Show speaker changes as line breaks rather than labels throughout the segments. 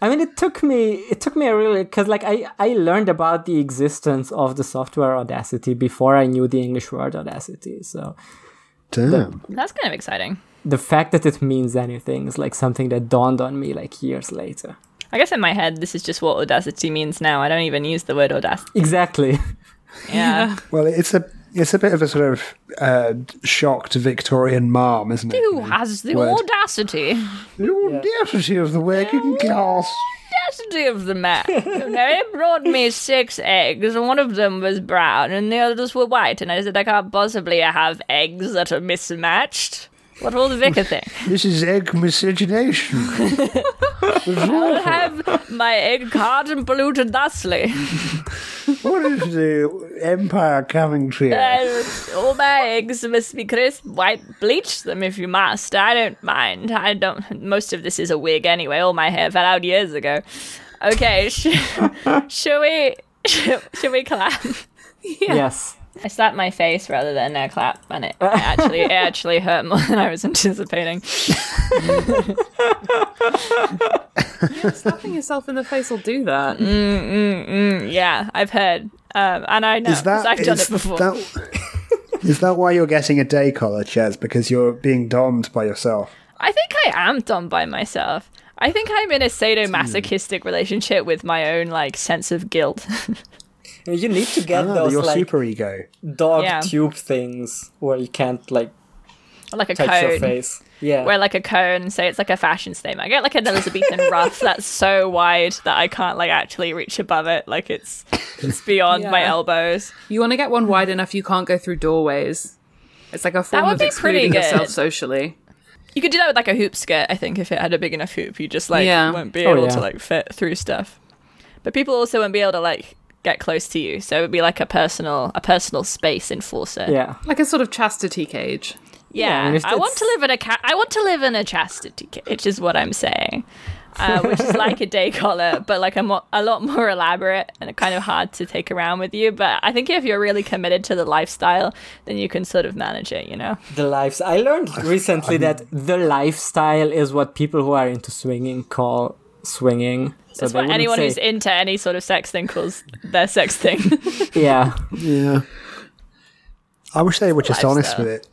I mean, it took me it took me a really because like I I learned about the existence of the software Audacity before I knew the English word Audacity. So
Damn.
That's kind of exciting.
the fact that it means anything is like something that dawned on me like years later.
I guess in my head, this is just what audacity means now. I don't even use the word audacity.
Exactly.
Yeah.
Well, it's a it's a bit of a sort of uh, shocked Victorian mom, isn't it?
Who has the
Word.
audacity?
The audacity of the working class.
Audacity of the man. You know, he brought me six eggs, and one of them was brown, and the others were white. And I said, I can't possibly have eggs that are mismatched. What will the vicar think?
This is egg miscegenation. It's awful.
have my egg carton polluted thusly.
what is the empire coming to you?
Uh, all my eggs must be crisp, white, bleach them if you must. I don't mind. I don't. Most of this is a wig anyway. All my hair fell out years ago. Okay, sh- shall we? Shall we clap?
Yes.
I slapped my face rather than a clap, and it actually it actually hurt more than I was anticipating.
Slapping yourself in the face will do that.
Mm.
Yeah, I've heard, um, and I know
Is that
'cause I've done
is
it before.
that- is that why you're getting a day collar, Chaz? Because you're being domed by yourself.
I think I am done by myself. I think I'm in a sadomasochistic relationship with my own like sense of guilt.
You need to get
Ah,
those
your
like
super ego.
dog
Yeah.
tube things where you can't like
like a
touch your
cone.
face. Yeah.
Wear like a cone, so it's like a fashion statement. I get like an Elizabethan ruff that's so wide that I can't like actually reach above it. Like it's it's beyond my
Yeah.
elbows.
You want to get one wide enough you can't go through doorways. It's like a form
would
of
be
excluding
pretty
yourself
good.
socially.
You could do that with like a hoop skirt, I think, if it had a big enough hoop. You just like
Yeah.
won't be
Oh,
able
yeah.
to like fit through stuff. But people also won't be able to like get close to you. So it would be like a personal a personal space enforcer.
yeah.
Like a sort of chastity cage.
Yeah, I
Yeah,
mean, if
I want
it's-
to live in a ca- I want to live in a chastity cage, is what I'm saying, uh, which is like a day collar, but like a, mo- a lot more elaborate and kind of hard to take around with you. But I think if you're really committed to the lifestyle, then you can sort of manage it, you know.
The lives. I learned recently that the lifestyle is what people who are into swinging call swinging. So
That's
they
what
wouldn't
anyone
say-
who's into any sort of sex thing calls their sex thing.
yeah.
Yeah. I wish they were just honest
Lifestyle.
with it.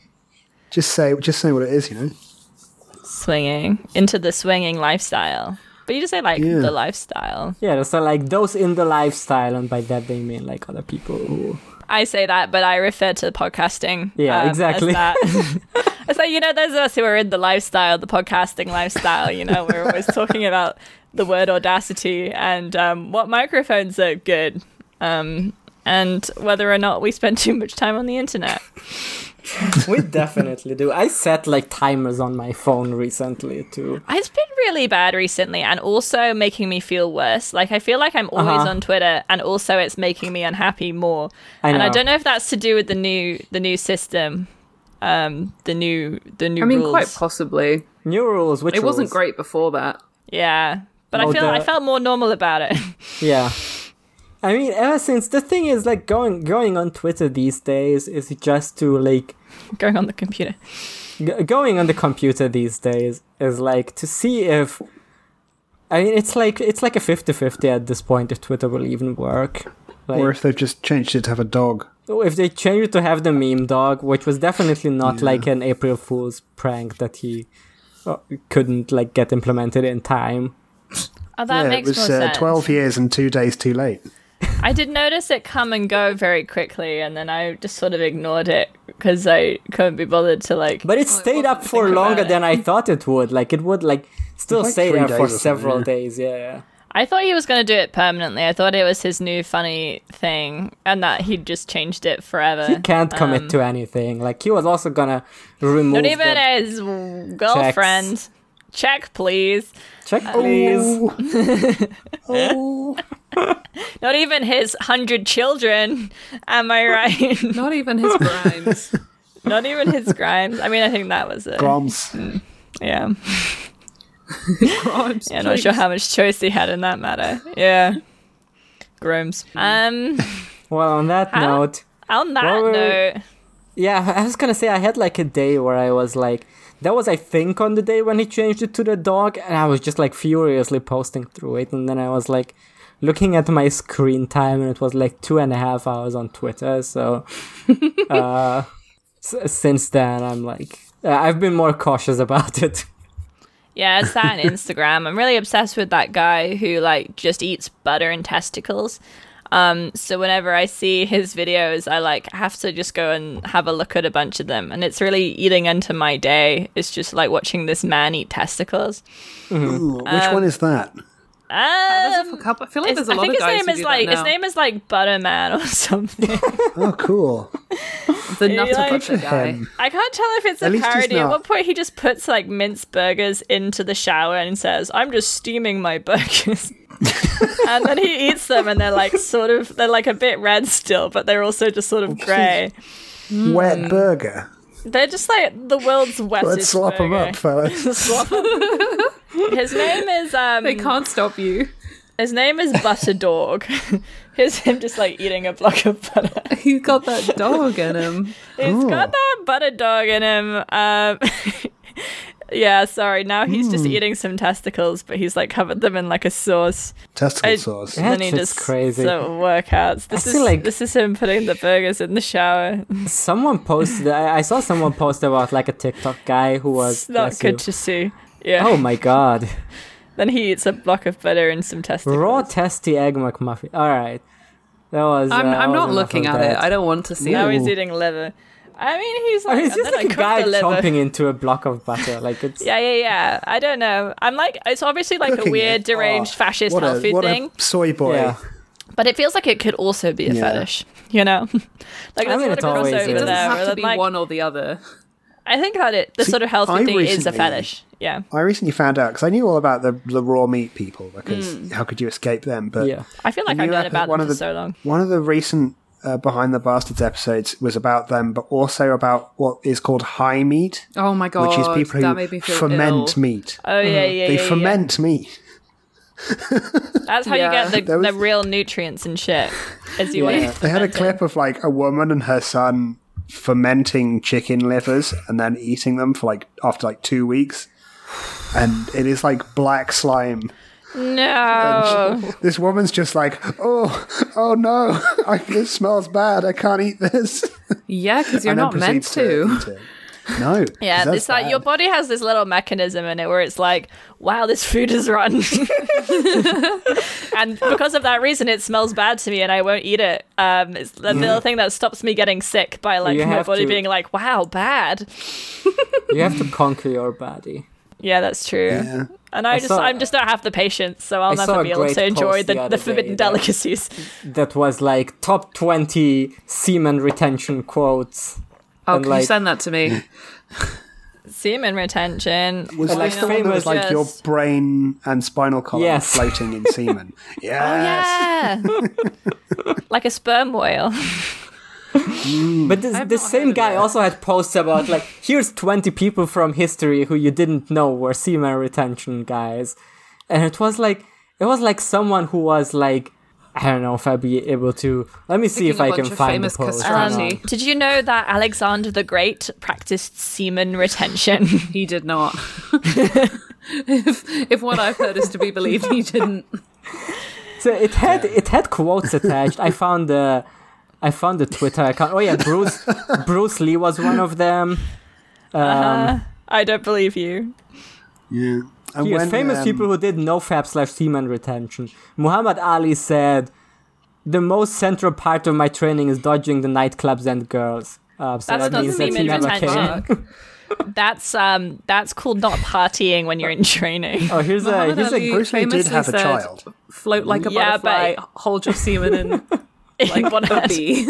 Just say, just say what it is. You know.
swinging into the swinging lifestyle, but you just say like
Yeah.
the lifestyle.
Yeah, so like those in the lifestyle, and by that they mean like other people who.
I say that, but I refer to podcasting. um,
Yeah,
as
exactly.
that. I say, you know, those of us who are in the lifestyle, the podcasting lifestyle, you know, we're always talking about the word audacity and um, what microphones are good um, and whether or not we spend too much time on the internet.
We definitely do. I set like timers on my phone recently too.
It's been really bad recently and also making me feel worse. Like, I feel like I'm always
Uh-huh.
on Twitter and also it's making me unhappy more.
I
And I
know.
don't know if that's to do with the new the new system. Um, the new the new
I mean,
rules.
quite possibly.
New rules, which
It wasn't
rules?
great before that.
Yeah. But I
Well,
feel I
the-
felt more normal about it.
Yeah. I mean, ever since the thing is like going going on Twitter these days is just to like
Going on the computer.
g- going on the computer these days is like to see if I mean it's like it's like a 50-50 at this point if Twitter will even work. Like,
Or if they've just changed it to have a dog.
Oh, if they change it to have the meme dog, which was definitely not like an April Fool's prank that he uh, couldn't like get implemented in time.
Oh, that
yeah,
makes
it was
more
uh,
sense.
twelve years and two days too late.
I did notice it come and go very quickly, and then I just sort of ignored it because I couldn't be bothered to like.
But it stayed up for
Oh, think about
longer
it.
than I thought it would. Like it would like still
It's like
stay
three
there
days
for
or something,
several
yeah.
days. Yeah, yeah.
I thought he was going to do it permanently. I thought it was his new funny thing, and that he'd just changed it forever. Uh,
He can't commit to anything. Like he was also gonna remove
Not um, even uh,
the
his girlfriend. Check, please.
check,
um,
please.
Not even his hundred children. Am I right?
Not even his grimes.
Not even his crimes. I mean, I think that was it.
Groms.
Yeah.
grimes
Yeah, not sure how much choice he had in that matter. Yeah. Grooms. Um,
Well, on that
Huh?
note,
on that
Well, we're-
note,
yeah, I was gonna say I had like a day where I was like, that was I think on the day when he changed it to the dog, and I was just like furiously posting through it, and then I was like looking at my screen time, and it was like two and a half hours on Twitter. So uh, s- since then, I'm like, uh, I've been more cautious about it.
Yeah, it's that on Instagram. I'm really obsessed with that guy who like just eats butter and testicles. Um, so whenever I see his videos, I like have to just go and have a look at a bunch of them, and it's really eating into my day. It's just like watching this man eat testicles.
Ooh, which one is that?
Um,
There's a couple- I feel like
it's-
there's a
I
lot
think
of
his
guys
name
who
is
do
like
that
his
now.
name is like Butterman or something.
Oh, cool.
the nutter
like-
butcher guy.
Um,
I can't tell if it's
At
a
least he's
parody. At
not.
one point, he just puts like mince burgers into the shower and says, "I'm just steaming my burgers," and then he eats them, and they're like sort of they're like a bit red still, but they're also just sort of grey. Hmm.
Wet burger.
They're just like the world's wettest.
Let's slop them
burger.
up, fellas.
His name is um.
They can't stop you.
His name is Butter Dog. Here's him just like eating a block of butter.
He's got that dog in him.
He's
Ooh.
got that butter dog in him. Um, yeah, sorry. Now he's just
Hmm.
eating some testicles, but he's like covered them in like a sauce.
Testicle
I-
sauce.
Yeah. That
then he
shit's
just
crazy.
Some workouts. This
I
is
feel like-
this is him putting the burgers in the shower.
Someone posted. I, I saw someone post about like a TikTok guy who was
It's not
bless
good
you.
to see. Yeah.
Oh my god.
Then he eats a block of butter and some testicles.
Raw testy egg McMuffin. All right, that was.
I'm,
uh,
I'm
that
not
was enough
looking
of
at
that.
it. I don't want to see
Now
it.
he's
Ooh.
eating liver. I mean, he's
I
like,
mean, it's
and
Oh, just like
then I
a
cooked
guy
the liver.
chomping into a block of butter. Like it's
Yeah, yeah, yeah. I don't know. I'm like, it's obviously like a
Cooking
weird,
it.
deranged
Oh,
fascist
what
health
a,
food
what
thing.
A soy boy.
Yeah.
But it feels like it could also be a
Yeah.
fetish, you know? like
I mean,
there's sort
it
of a
always
crossover
is.
It
It
there.
doesn't have
where
to
that,
be
like,
one or the other.
I think that it the sort of healthy
I
thing is a
recently-
fetish. Yeah.
I recently found out because I knew all about the, the raw meat people because how could you escape them? But
yeah.
I feel Hmm. like
The
I've
new
known
epi-
about
one
them
of
for
the-
so long.
One of the recent uh, Behind the Bastards episodes was about them, but also about what is called high meat,
Oh my god.
which is people
that made me
who
feel
ferment
ill.
meat.
Oh yeah, yeah,
They
yeah, yeah.
ferment meat.
That's how
Yeah.
you get the,
That was-
the real nutrients and shit. As you
Yeah.
yeah.
They had a clip of like a woman and her son fermenting chicken livers and then eating them for like after like two weeks. And it is like black slime.
No.
This woman's just like, oh, oh no, I, this smells bad. I can't eat this.
Yeah, because you're
And then
not meant
proceeds eat
to.
it. No.
Yeah,
'cause that's
it's like your
bad.
body has this little mechanism in it where it's like, wow, this food is rotten. and because of that reason, it smells bad to me and I won't eat it. Um, it's the little thing that stops me getting sick by like
Mm. You
my
have
body
to-
being like, wow, bad.
You have to conquer your body.
Yeah, that's true.
Yeah.
And I,
I
just,
saw-
I'm just don't have the patience, so I'll
I saw
never
a
be able
great
to enjoy
post the
the, the,
other
forbidden
day that-
delicacies.
That was like top twenty semen retention quotes.
Oh,
And
can you
like-
send that to me?
Semen retention.
Was
And, like,
this the one that was
famous-
like your
Yes.
brain and spinal column
Yes.
floating in semen? Yes.
Oh, Yeah. like a sperm whale.
But this,
I've
this
not
same
heard of
guy
that.
also had posts about like here's twenty people from history who you didn't know were semen retention guys, and it was like it was like someone who was like I don't know if I'd be able to. Let me see
Picking
if
a
I
bunch
can
of
find the
famous
post.
castrati.
Hang on.
Um,
Did you know that Alexander the Great practiced semen retention?
He did not. if, if what I've heard is to be believed, he didn't.
So it had it had quotes attached. I found the I found the Twitter account. Oh yeah, Bruce Bruce Lee was one of them. Um,
I don't believe you.
Yeah. And
Here's
when,
famous
um,
people who did no fab slash semen retention. Muhammad Ali said, "The most central part of my training is dodging the nightclubs and girls." Uh, so
That's
that
not
means that he
semen
never came.
retention. That's um that's called not partying when you're in training.
Oh, here's
Muhammad
a here's
Ali
a
Bruce Lee did
famously
have a
said,
child.
Float like a
Yeah,
butterfly,
but-
hold your semen in like
What
a
else?
bee.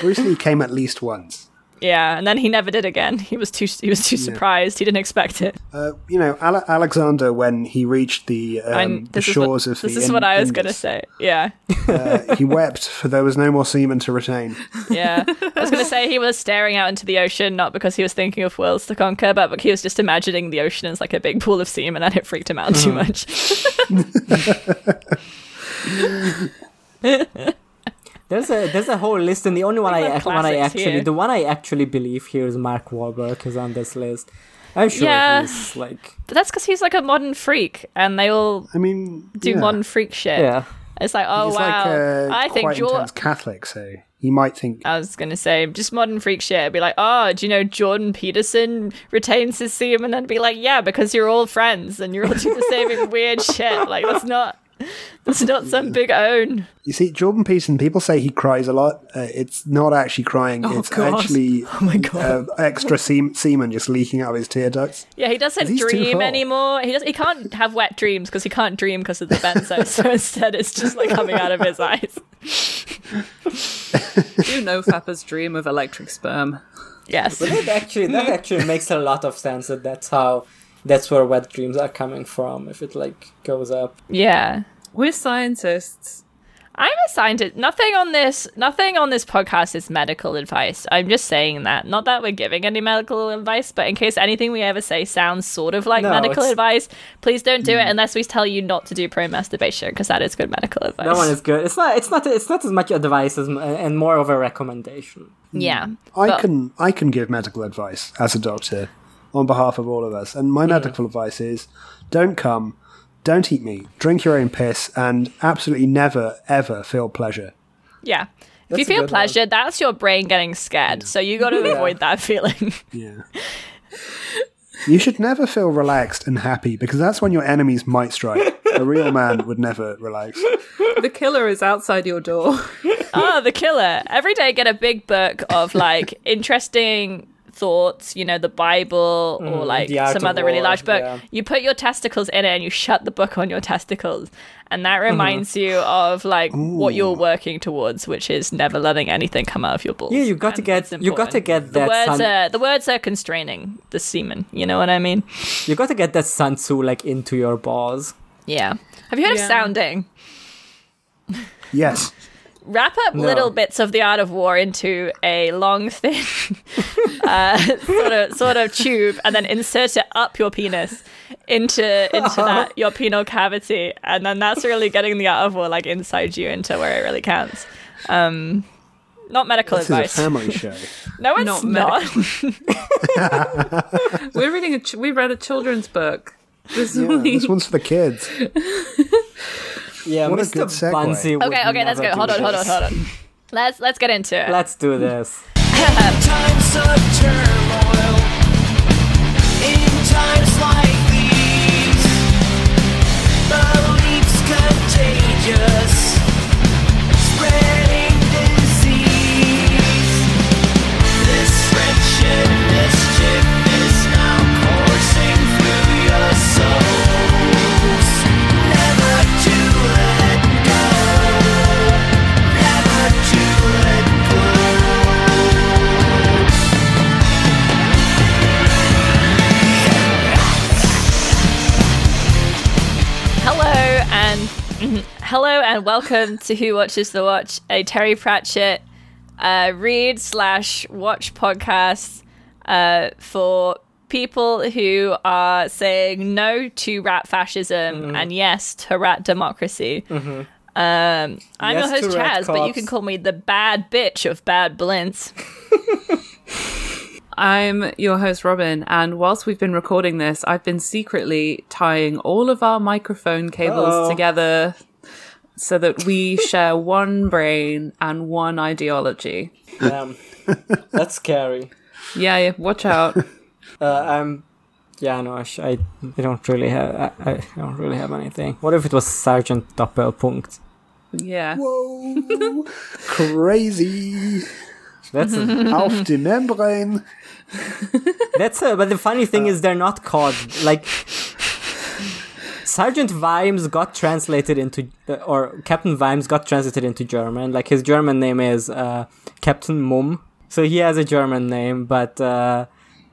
Bruce Lee came at least once.
Yeah, and then he never did again. He was too he was too surprised. He didn't expect it.
Uh, you know, Ale- Alexander, when he reached the, um,
And
the
this is
shores
what,
of
this
the
is what I was
Indus,
gonna say. Yeah,
uh, he wept, for there was no more semen to retain.
yeah. I was gonna say he was staring out into the ocean, not because he was thinking of worlds to conquer, but because he was just imagining the ocean as like a big pool of semen, and it freaked him out
Mm.
too much.
There's a there's a whole list, and the only one I
got
ac- one I
classics
actually
here.
the one I actually believe here is Mark Wahlberg is on this list. I'm sure
Yeah.
he's like
But that's because he's like a modern freak, and they all
I mean,
do
yeah.
modern freak shit.
yeah.
It's like, oh
He's
wow,
like a
I think
quite
Jordan.
intense Catholic, so you might think
I was gonna say just modern freak shit. I'd be like, oh, do you know Jordan Peterson retains his semen? And then be like, yeah, because you're all friends and you're all doing the same weird shit. Like that's not that's not some big own.
You see, Jordan Peterson, people say he cries a lot. Uh, it's not actually crying.
Oh,
it's
God.
actually
Oh, my God.
Uh, extra seam semen just leaking out of his tear ducts.
Yeah, he doesn't
He's too
dream
hot.
anymore. He does. He can't have wet dreams because he can't dream because of the benzo. so instead, it's just like coming out of his eyes.
You know Fapper's dream of electric sperm.
Yes.
That actually that actually makes a lot of sense that that's how that's where wet dreams are coming from if it like goes up.
Yeah.
We're scientists.
I'm a scientist. Nothing on this, nothing on this podcast is medical advice. I'm just saying that. Not that we're giving any medical advice, but in case anything we ever say sounds sort of like
No,
medical
it's- Mm.
advice, please don't do it unless we tell you not to do pro masturbation because that is good medical advice.
That one is good. It's not it's not it's not as much advice as m- and more of a recommendation.
yeah.
Mm.
I
But-
can I can give medical advice as a doctor on behalf of all of us, and my medical advice is: don't come, don't eat meat, drink your own piss, and absolutely never ever feel pleasure.
Yeah. If
That's
you
a
feel
good one.
pleasure, that's your brain getting scared. So you got to avoid that feeling.
Yeah. You should never feel relaxed and happy because that's when your enemies might strike. A real man would never relax.
The killer is outside your door.
oh, the killer. Every day I get a big book of like interesting thoughts, you know, the Bible or like
Mm, The Art
some
of
other really
War,
large book.
yeah.
You put your testicles in it and you shut the book on your testicles. And that
Mm-hmm.
reminds you of like what you're working towards, which is never letting anything come out of your balls.
Yeah, you got to
And
get
it's
you got to
important.
get
the
that
words
sun,
are the words are constraining the semen, you know what I mean?
you got to get that sun tzu like into your balls.
Yeah. Have you heard
Yeah.
of sounding?
Yes.
wrap up
No.
little bits of the art of war into a long thin uh, sort of sort of tube and then insert it up your penis into into that your penal cavity and then that's really getting the art of war like inside you into where it really counts um not medical
This is a
advice
family show.
no it's not,
Not medical. We're reading a. Ch- we read a children's book. This
Yeah,
week.
Uh, this one's for the kids.
Yeah,
What a
Mr.
good segue.
Bunzi would
okay okay let's
never
go
do
hold on hold on
this.
hold on let's let's get into it
Let's do this.
times of turmoil, in times like these, beliefs contagious, spreading disease. This wretched mischief is now coursing through your souls. Never to let go. Never to let go.
Hello and hello and welcome to Who Watches the Watch, a Terry Pratchett uh, read slash watch podcast uh, for people who are saying no to rat fascism
Mm-hmm.
and yes to rat democracy. Um, I'm
Yes
your host
to rat
Chaz, but you
cops.
can call me the bad bitch of bad blintz.
I'm your host, Robin, and whilst we've been recording this, I've been secretly tying all of our microphone cables
Uh-oh.
together so that we share one brain and one ideology.
Damn. That's scary.
Yeah, yeah watch out.
Uh, I'm. Yeah, no, I, sh- I, I don't really have. I, I I don't really have anything. What if it was Sergeant Doppelpunkt?
Yeah.
Whoa, Oh, crazy.
That's a,
Auf die Membrane.
that's a, but the funny thing is they're not called like Sergeant Vimes got translated into uh, or Captain Vimes got translated into German. Like his German name is uh, Captain Mum, so he has a German name, but uh,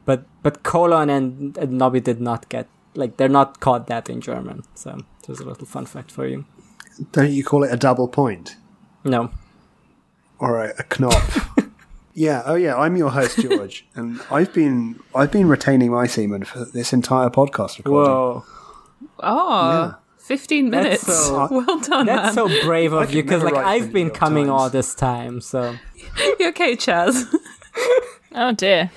but but colon and, and Nobby did not get like they're not called that in German. So there's a little fun fact for you.
Don't you call it a double point
No.
or a, a knop? yeah. Oh, yeah. I'm your host, George, and I've been I've been retaining my semen for this entire podcast recording.
Whoa.
Oh, 15 minutes.
That's so-
well done,
That's
man.
so brave of
could
you because
never
like
write
I've been
20
coming
times.
all this time, so
You okay, Chaz?
Oh dear.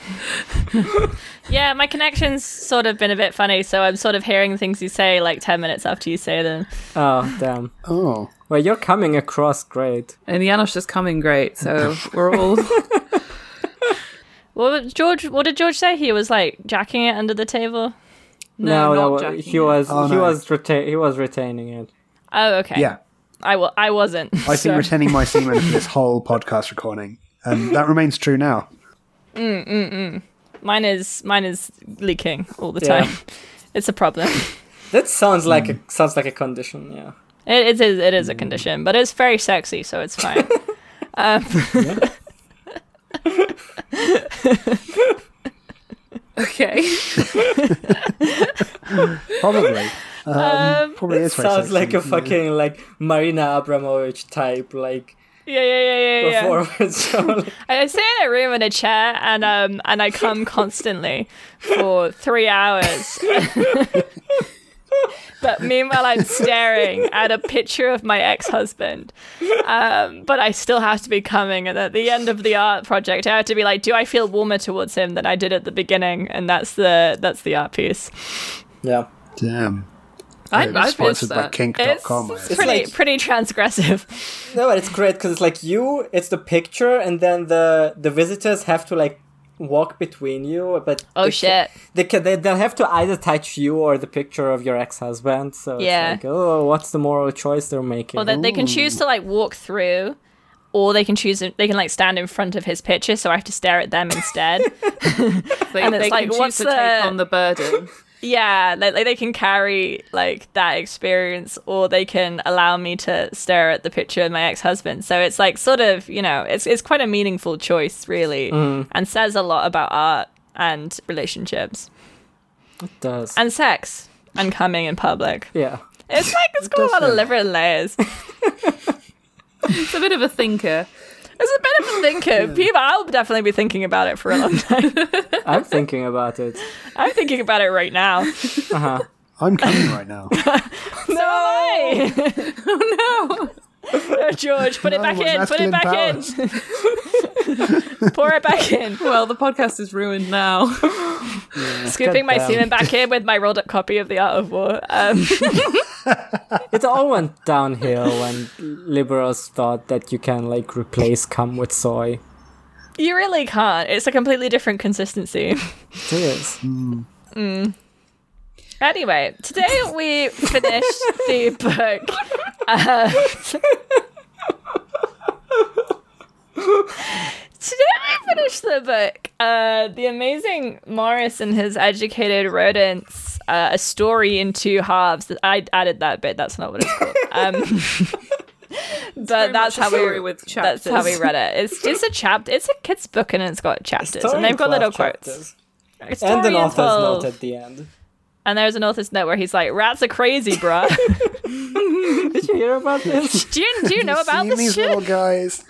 yeah, my connection's sort of been a bit funny, so I'm sort of hearing things you say like 10 minutes after you say them.
oh damn.
Oh.
Well, you're coming across great.
and Janosch is coming great, so we're all.
What was- George? What did George say? He was like jacking it under the table.
No,
that
not
wa-
jacking
he
it.
was
Oh,
he
no.
was retain he was retaining it.
Oh, okay.
Yeah.
I wa- I wasn't.
I've
so-
been retaining my semen for this whole podcast recording, and that remains true now.
mine is mine is leaking all the
Yeah.
time. It's a problem.
That sounds
Hmm.
like a sounds like a condition. Yeah.
It, it is it is a condition, but it's very sexy, so it's fine.
okay.
Probably. Um, probably is very
sounds
sexy.
like a fucking like Marina Abramovich type like
yeah, yeah, yeah, yeah, yeah.
performance. show, like-
I sit in a room in a chair and um and I come constantly for three hours. but meanwhile I'm staring at a picture of my ex-husband. Um, but I still have to be coming and at the end of the art project I have to be like, do I feel warmer towards him than I did at the beginning? And that's the that's the art piece.
yeah.
Damn.
I,
It's
I
sponsored
pitched
by
that.
It's,
kink.com.
it's pretty
like-
pretty transgressive.
No, but it's great because it's like you, it's the picture, and then the the visitors have to like walk between you. But
Oh,
they ca-
shit.
they can, they they'll have to either touch you or the picture of your ex husband. So
Yeah.
it's like, oh, what's the moral choice they're making?
Well, they, they can choose to like walk through, or they can choose they can like stand in front of his picture, so I have to stare at them instead.
They,
And it's
they
like,
can choose
what's
to
the-
take on the burden.
yeah, like, like they can carry like that experience, or they can allow me to stare at the picture of my ex husband. So it's like sort of you know it's it's quite a meaningful choice really, and says a lot about art and relationships
It does.
and sex and coming in public.
yeah.
It's like it's got a lot of different layers.
It's a bit of a thinker.
It's a bit of a thinker. People, I'll definitely be thinking about it for a long time.
I'm thinking about it.
I'm thinking about it right now.
I'm coming right now.
So am I. oh no. George, put it
No,
back
we're
in. Put
masculine
it back in. Pour it back in.
Well, the podcast is ruined now.
Scooping my
Goddamn.
semen back in with my rolled up copy of The Art of War. Um,
It all went downhill when liberals thought that you can like replace cum with soy.
you really can't. It's a completely different consistency.
It is.
Anyway, today we finished the book. Uh, today we finished the book, uh, The Amazing Morris and His Educated Rodents, uh, A Story in Two Halves. I added that bit, that's not what it's called. Um, but that's
much a
how we
story with
that's how we
chapters.
read it. It's just a chapter. It's a kid's book and it's got chapters, and they've got
Story
little
twelve
quotes.
chapters.
A story
And an
in
author's
12.
note at the end.
And there's an author's note where he's like, "Rats are crazy, bruh."
Did you hear about this?
do you do you know about
Seeing
this
these
shit?
little guys.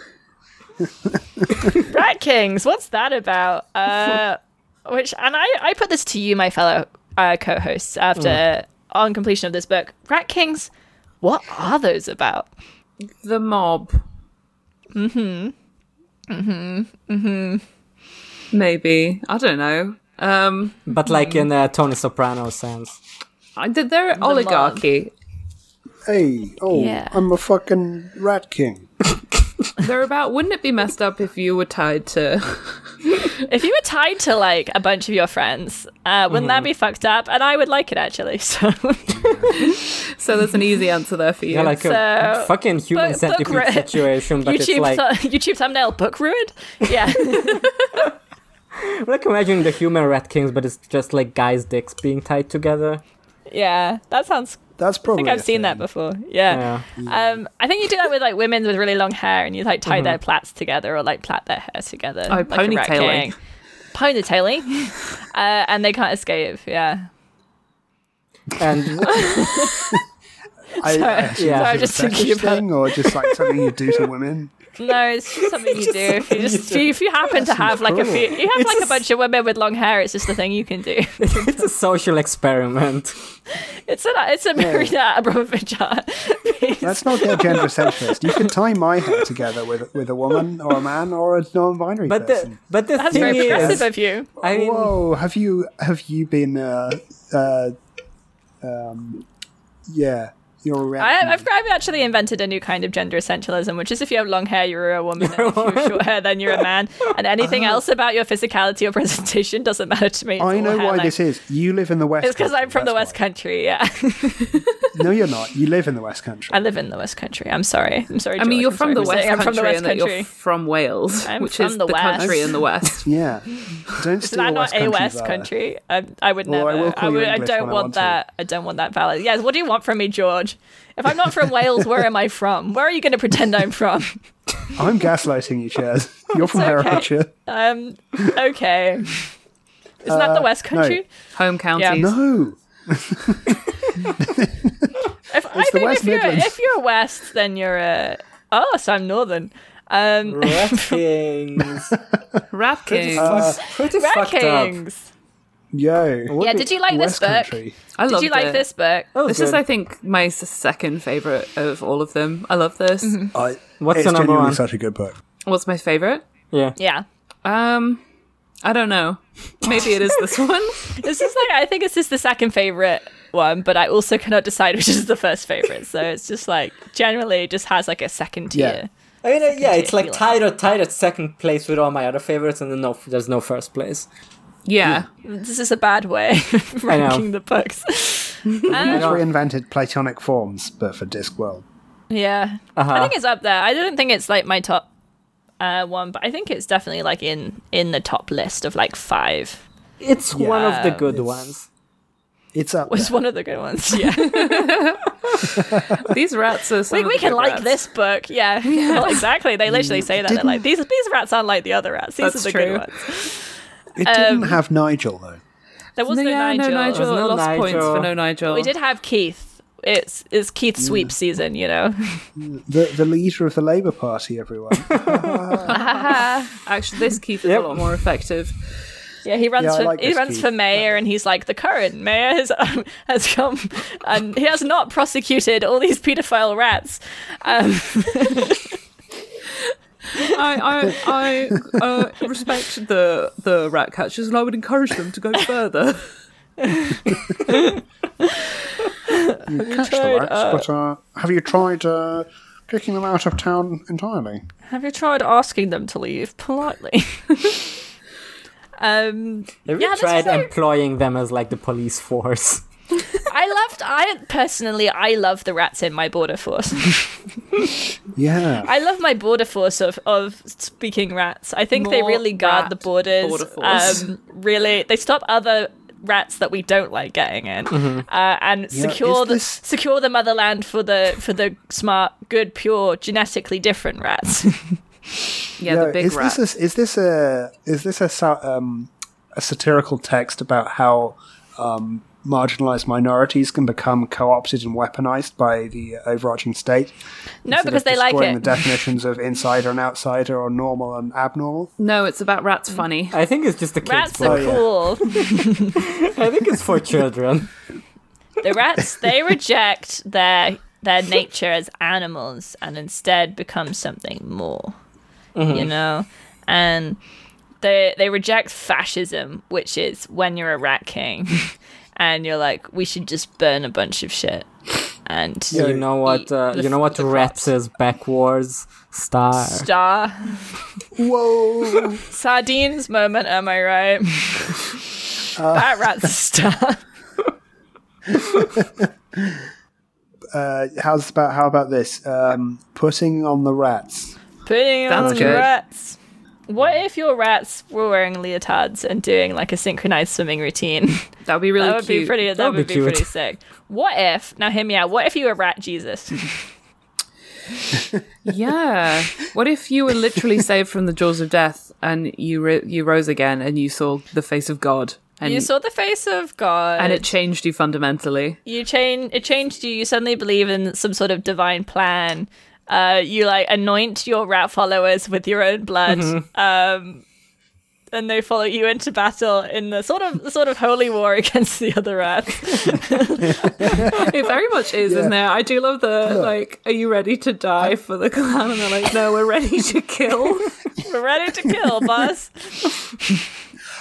Rat Kings. What's that about? Uh, which and I I put this to you, my fellow uh, co-hosts, after on completion of this book. Rat Kings. What are those about?
The mob. Mm hmm. Mm
Mm-hmm.
hmm. Mm hmm. Maybe. I don't know. Um,
but like in a Tony Soprano sense.
I did their oligarchy.
Hey, oh,
Yeah.
I'm a fucking rat king.
They're about. Wouldn't it be messed up if you were tied to?
If you were tied to like a bunch of your friends, uh, wouldn't that be fucked up? And I would like it actually. So
So there's an easy answer there for you.
Yeah, like a
So-
fucking human
book
centipede
re-
situation, but it's
YouTube
like
thu- YouTube thumbnail book ruined. Yeah.
like imagine the human rat kings, but it's just like guys' dicks being tied together.
Yeah, that sounds.
That's
I
probably.
think I've
a
seen
thing.
that before. Yeah. Um, I think you do that with like women with really long hair, and you like tie their plaits together or like plait their hair together.
Mm-hmm. Oh,
like a rat
ponytailing.
king. Ponytailing, uh, and they can't escape. Yeah.
And
I, I assume
yeah.
it's
Sorry,
a
I'm just thinking
fetish
about-
thing, or just like something you do to women.
No, it's just something you do. If you
something you
just if you happen to have like a few, you have
It's
like a
just-
bunch of women with long hair. It's just the thing you can do.
it's a social experiment.
It's a it's a Marina Abramovich art piece.
Let's not get gender centrist. You can tie my hair together with with a woman or a man or a non-binary
But the
person.
but the
That's
thing
very progressive
is,
of you.
I mean,
Whoa, have you have you been? Uh, uh, um, yeah, you're a rat.
I, I've, I've actually invented a new kind of gender essentialism, which is if you have long hair, you're a woman. and if you have short hair, then you're a man. And anything else about your physicality or presentation doesn't matter to me. It's
Ah. I
all
know
hair
why
length.
this is. You live in the West.
It's because
Country,
I'm from the
that's
West Country. Yeah,
why. No, you're not. You live in the West Country.
I live in the West Country. I'm sorry. I'm sorry.
I mean,
George.
you're
I'm
from
sorry
the,
for
West
saying
Country
I'm from the West
and that
Country.
you're from Wales,
I'm
which
from
is
the
the,
West.
country in the West.
Yeah. Don't
Is
steal
that
West
not a
Country
West
valor.
Country? I, I would
Well,
never.
I will
I,
call you
would, I
English
don't
when I
want,
want to.
that. I don't want that ballot. Yes. What do you want from me, George? If I'm not from Wales, where am I from? Where are you going to pretend I'm from?
I'm gaslighting you, Chaz. You're from
okay.
Herefordshire.
Um. Okay. Isn't that the West
Uh, no.
Country?
Home counties.
Yeah.
No.
If, I
the
think
West
if you're
Midlands.
if you're West, then you're a. Oh, so I'm Northern. Um,
Ratkings.
Rap King.
Pretty
Rat
fucked up.
Kings.
Uh, Yo. What
Yeah,
the-
did you like
West
this book?
Country. Oh.
I
Did
love
you like
it.
this book?
That was
This is,
good.
I think, my s- second favorite of all of them. I love this.
Mm-hmm.
I,
What's
it's
the number
genuinely
one?
such a good book.
What's my favorite?
yeah.
Yeah.
Um, I don't know. Maybe it is this one.
This is like I think this is the second favorite one, but I also cannot decide which is the first favorite. So it's just like generally it just has like a second
Yeah.
tier.
I mean, uh, yeah, it's like
tier.
tied or tied at second place with all my other favorites, and then no, there's no first place.
Yeah.
This is a bad way of
know.
ranking the books.
He's
know.
reinvented platonic forms, but for Discworld.
Yeah, I think it's up there. I don't think it's like my top uh, one, but I think it's definitely like in in the top list of like five.
It's one of the good
It's-
ones.
It's up.
Was
there.
one of the good ones. Yeah,
These rats are. Some
we,
of
we
the
can
good
like
rats.
this book. Yeah, Well, exactly. They literally say that. They're like these these rats aren't like the other rats. These
That's
are the
true.
good ones.
It
um,
didn't have Nigel though.
There was
No,
no,
yeah,
Nigel.
no Nigel.
There's no
lost points
Nigel.
for no Nigel.
We did have Keith. It's it's Keith sweep season, you know.
The the leader of the Labour Party, everyone.
Actually, this Keith is
Yep.
a lot more effective.
Yeah, he runs
Yeah, I
for
like
he
this
runs
Keith.
for mayor, and he's like the current mayor has um, has come, and he has not prosecuted all these paedophile rats. Um,
I I, I uh, respect the the rat catchers, and I would encourage them to go further.
Catch the rats, but uh, have you tried uh, kicking them out of town entirely?
Have you tried asking them to leave politely? um,
Have
Yeah,
you
this
tried
was a-
employing them as like the police force?
I loved. I personally, I love the rats in my border force.
Yeah.
I love my border force of of speaking rats. I think they
More
really guard
rat
the borders.
border force.
Um, really, they stop other rats that we don't like getting in, uh, and secure
is
the
this-
secure the motherland for the for the smart, good, pure, genetically different rats.
Yeah, the big
is
rat.
this a, is this a is this a sa- um, a satirical text about how um, marginalized minorities can become co-opted and weaponized by the overarching state?
no,
Instead
because
of
they like
destroying
it.
the definitions of insider and outsider or normal and abnormal.
No, it's about rats. Funny.
I think it's just a kids'
Rats
book.
are
Oh, yeah.
cool.
I think it's for children.
The rats they reject their their nature as animals and instead become something more. You know? And they they reject fascism, which is when you're a rat king and you're like, we should just burn a bunch of shit. And
you know what?
eat
Uh,
the
you know
f-
what?
the
Rats
crops.
is backwards star.
star
Whoa!
sardines moment, am I right? that rat's a star.
uh, how's about how about this? Um, putting on the rats.
Putting
That's
on
good.
rats. What if your rats were wearing leotards and doing like a synchronized swimming routine?
That would be really
that would
cute.
be pretty. That,
That would
would
be
be,
cute.
pretty sick. What if? Now hear me out. What if you were Rat Jesus?
Yeah. What if you were literally saved from the jaws of death and you ri you rose again and you saw the face of God and
you saw the face of God,
and it changed you fundamentally?
you change. It changed you. You suddenly believe in some sort of divine plan. Uh, you like anoint your rat followers with your own blood,
Mm-hmm.
um, and they follow you into battle in the sort of sort of holy war against the other rats.
It very much is, isn't it? I do love the like, are you ready to die for the clan? And they're like, no, we're ready to kill.
We're ready to kill, boss.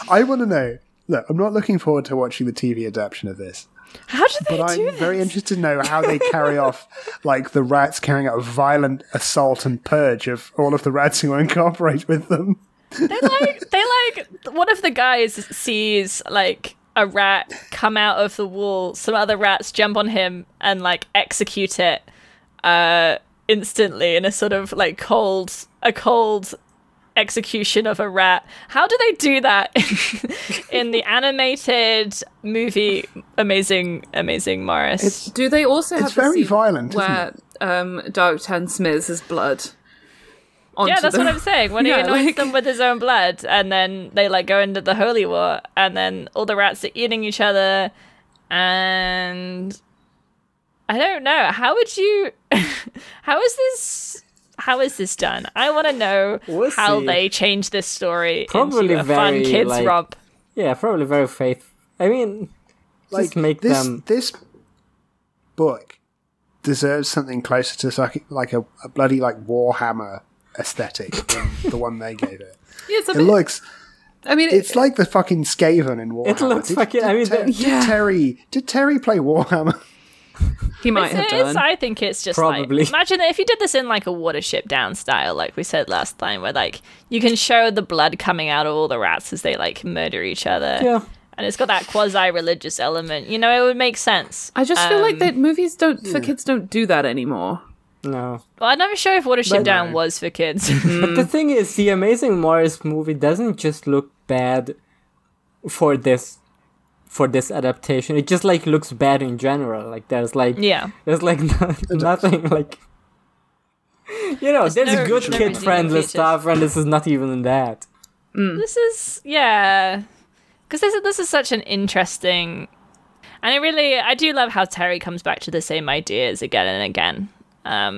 I want to know. Look, I'm not looking forward to watching the TV adaptation of this,
How do they
but
do
I'm
this?
very interested to know how they carry off, like the rats carrying out a violent assault and purge of all of the rats who incorporate with them.
they like they like one of the guys sees like a rat come out of the wall some other rats jump on him and like execute it uh instantly in a sort of like cold a cold execution of a rat how do they do that in the animated movie amazing amazing morris
do they also have the
very
scene
violent, isn't
where um, Dark Tan smears his blood? Onto
yeah that's
the-
what i'm saying when he
Yeah,
anoints
like-
them with his own blood and then they like go into the holy war and then all the rats are eating each other and i don't know how would you how is this how is this done i want to know
We'll
how
see.
they change this story
Probably
into a fun
very,
kids
like-
romp
Yeah, probably very faithful. I mean, just make
this,
them.
This book deserves something closer to psych- like a, a bloody like Warhammer aesthetic than the one they gave it.
Yeah, it's a
It
bit-
looks
I mean,
it's like the fucking Skaven in Warhammer.
looks fucking- I mean,
Ter-
the-
did
Yeah.
Terry did Terry play Warhammer?
he might have
It is-
done.
I think it's just
Probably.
like imagine that if you did this in like a Watership Down style, like we said last time, where like you can show the blood coming out of all the rats as they like murder each other.
Yeah.
And it's got that quasi-religious element. You know, it would make sense.
I just feel like
Um,
that movies don't for kids don't do that anymore.
No.
Well, I'm never sure if Watership
But- Mm-hmm.
Down was for kids.
But
Mm.
the thing is, the Amazing Morris movie doesn't just look bad for this for this adaptation. It just like looks bad in general. Like there's like
yeah.
there's like no, nothing like you know. There's,
no-
good
no
kid friendly
redeeming
stuff, and this is not even that.
This is yeah, because this is this is such an interesting, and I really I do love how Terry comes back to the same ideas again and again. Um,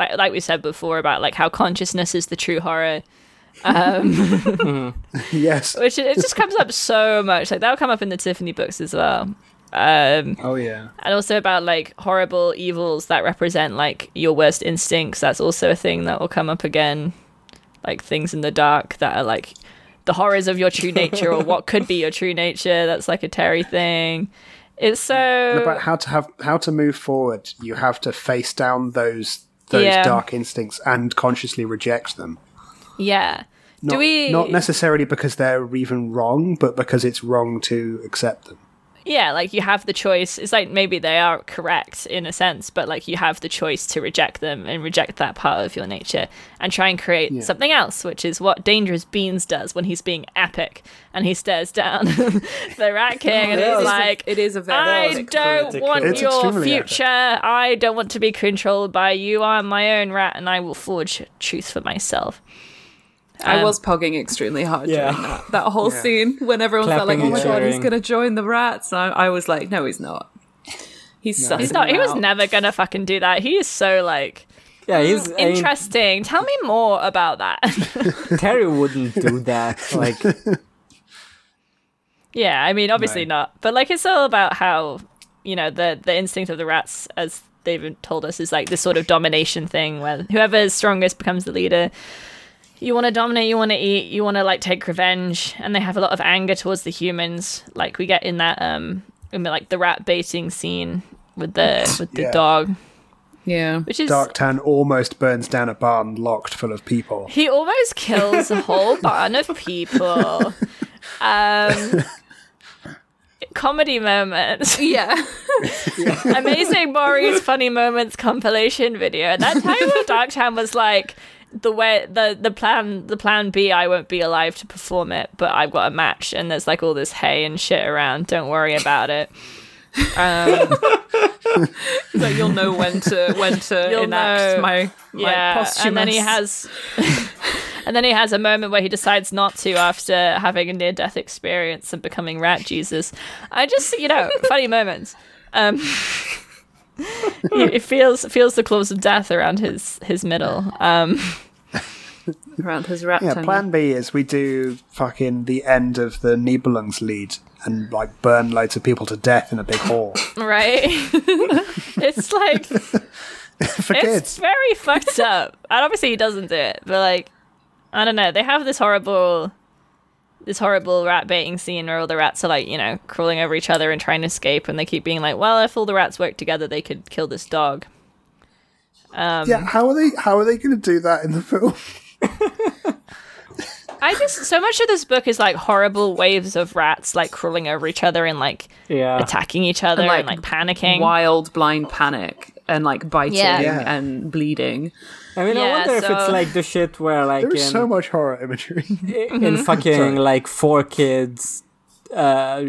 like like we said before about like how consciousness is the true horror, Um,
yes.
which it, it just comes up so much. Like that'll come up in the Tiffany books as well. Um,
Oh yeah.
and also about like horrible evils that represent like your worst instincts that's also a thing that will come up again like things in the dark that are like the horrors of your true nature or what could be your true nature that's like a terry thing it's
About
so
how to have how to move forward, you have to face down those those
Yeah.
dark instincts and consciously reject them.
yeah
Not,
do we
not necessarily because they're even wrong, but because it's wrong to accept them.
yeah like you have the choice it's like maybe they are correct in a sense but like you have the choice to reject them and reject that part of your nature and try and create something else which is what dangerous beans does when he's being epic and he stares down the rat king and
Yeah,
he's
it's-
like
it is a very
I
epic,
don't
poetic
want
It's
your
extremely epic.
future. I don't want to be controlled by you. I'm my own rat, and I will forge truth for myself.
I was pogging extremely hard
Yeah.
during that that whole scene when everyone felt like,
Clapping
"Oh my
and
god, he's
cheering.
gonna join the rats," and I, I was like, "No, he's not. He's sucking
He's not.
them
He was
out.
never gonna fucking do that. He is so like
Yeah, he's I mean,
interesting. Tell me more about that.
Terry wouldn't do that. Like
Yeah, I mean, obviously
No.
not. But like, it's all about how you know the the instinct of the rats, as they've told us, is like this sort of domination thing where whoever is strongest becomes the leader. You want to dominate, you want to eat, you want to like take revenge, and they have a lot of anger towards the humans. Like we get in that um, in the, like the rat baiting scene with the with the
Yeah.
dog,
Yeah,
which is
Dark Tan almost burns down a barn locked full of people.
He almost kills a whole barn of people. Um, comedy moments.
yeah.
Amazing Maury's funny moments compilation video. And that time where Dark Chan was like, the way the the plan the plan B, I won't be alive to perform it, but I've got a match and there's like all this hay and shit around. Don't worry about it.
so you'll know when to when to
You'll
enact
know.
my my posthumous.
and then he has and then he has a moment where he decides not to after having a near death experience and becoming rat jesus i just you know funny moments um He, he feels feels the claws of death around his his middle. Um,
around his rat
Yeah,
tongue.
plan B is we do fucking the end of the Nibelung's lead and like burn loads of people to death in a big hall.
right? it's like
For kids.
it's very fucked up. And obviously he doesn't do it, but like I don't know. They have this horrible this horrible rat baiting scene where all the rats are like, you know, crawling over each other and trying to escape and they keep being like, Well, if all the rats work together they could kill this dog.
Yeah, how are they how are they gonna do that in the film?
I just so much of this book is like horrible waves of rats like crawling over each other and like
Yeah.
attacking each other and
like,
like, panicking.
Wild blind panic and like biting
Yeah.
Yeah.
and bleeding.
I mean, I
Yeah,
wonder if it's
so-
like the shit where like um,
There
in,
is so much horror imagery.
Mm-hmm.
in fucking like four kids uh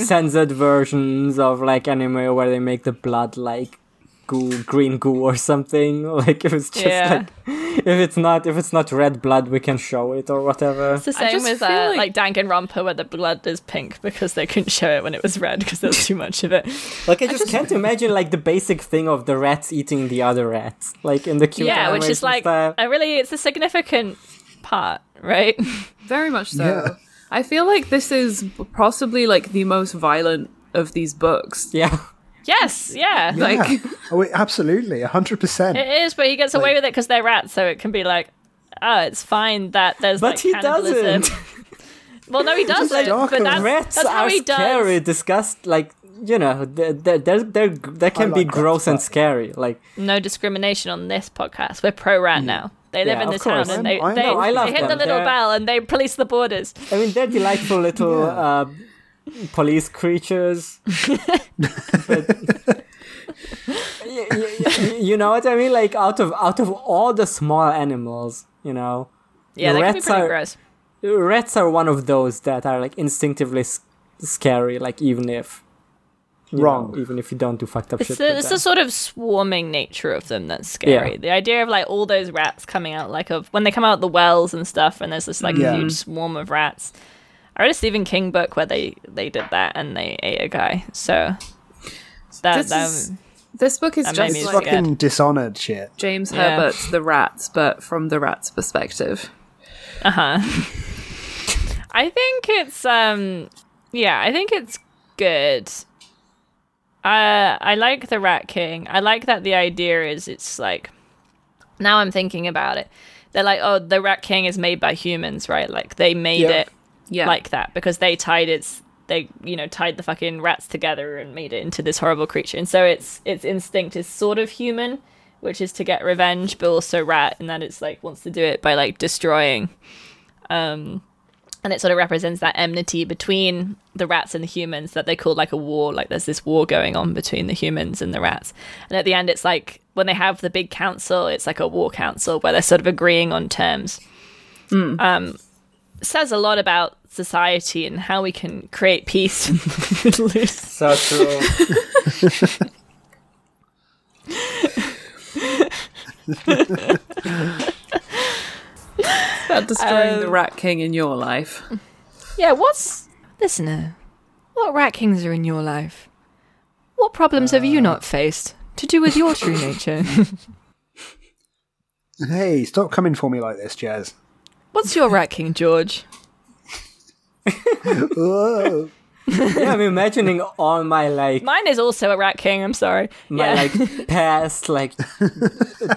censored versions of like anime where they make the blood like goo green goo or something like if it's just
Yeah.
like if it's not if it's not red blood we can show it or whatever
It's the
I
same
just
with
feel
uh,
like-
like Dank and Romper, where the blood is pink because they couldn't show it when it was red because there was too much of it.
like i just, can't imagine like the basic thing of the rats eating the other rats like in the cute
yeah, which is
animation
like
style.
a really it's a significant part, right?
Very much so.
Yeah.
I feel like this is possibly like the most violent of these books.
yeah
yes, yeah.
Like
Yeah. Oh, wait, absolutely, hundred percent.
It is, but he gets away with it because they're rats, so it can be like, oh, it's fine that there's
But
like
he
cannibalism.
doesn't.
well, no, he doesn't.
dark
But
and
that's,
rats
that's how
are
he does.
scary disgust like you know they're they're they're, they're they can be
like rats,
gross and
but-
scary like
No discrimination on this podcast. We're pro rat now. They live
Mm. Yeah,
in the
of course.
town and they,
I know,
they,
I love
they hit the
them.
little
They're-
bell and they police the borders.
I mean, they're delightful little
Yeah.
uh, police creatures. but, you, you know what I mean? Like out of out of all the small animals, you know,
Yeah, they can be
Rats
pretty
are-
gross.
rats are one of those that are like instinctively s- scary. Like even if you know,
Wrong.
even if you don't do fucked up
It's
shit.
the,
with
it's
them.
the sort of swarming nature of them that's scary.
Yeah.
The idea of like all those rats coming out, like of when they come out of the wells and stuff, and there's this like
Yeah.
huge swarm of rats. I read a Stephen King book where they they did that and they ate a guy. So that,
this,
that-
is, this book is
that made
just
me
It's
like
scared.
fucking dishonored shit.
James
Yeah.
Herbert's The Rats, but from the rat's perspective.
I think it's um yeah, I think it's good. Uh, I like the Rat King. I like that the idea is it's like now I'm thinking about it. They're like, oh, the Rat King is made by humans, right? Like they made
Yeah.
it
Yeah.
like that because they tied its they you know tied the fucking rats together and made it into this horrible creature and so its its instinct is sort of human which is to get revenge but also rat and that it's like wants to do it by like destroying um and it sort of represents that enmity between the rats and the humans that they call like a war like there's this war going on between the humans and the rats and at the end it's like when they have the big council it's like a war council where they're sort of agreeing on terms says a lot about society and how we can create peace in the Middle East.
so true.
about destroying
Um,
the Rat King in your life.
Yeah, what's listener? What rat kings are in your life? What problems have you not faced to do with your true nature?
Hey, stop coming for me like this, Jazz.
What's your rat king, George?
Whoa.
yeah, I'm imagining all my like
Mine is also a rat king. I'm sorry.
my
yeah.
like past like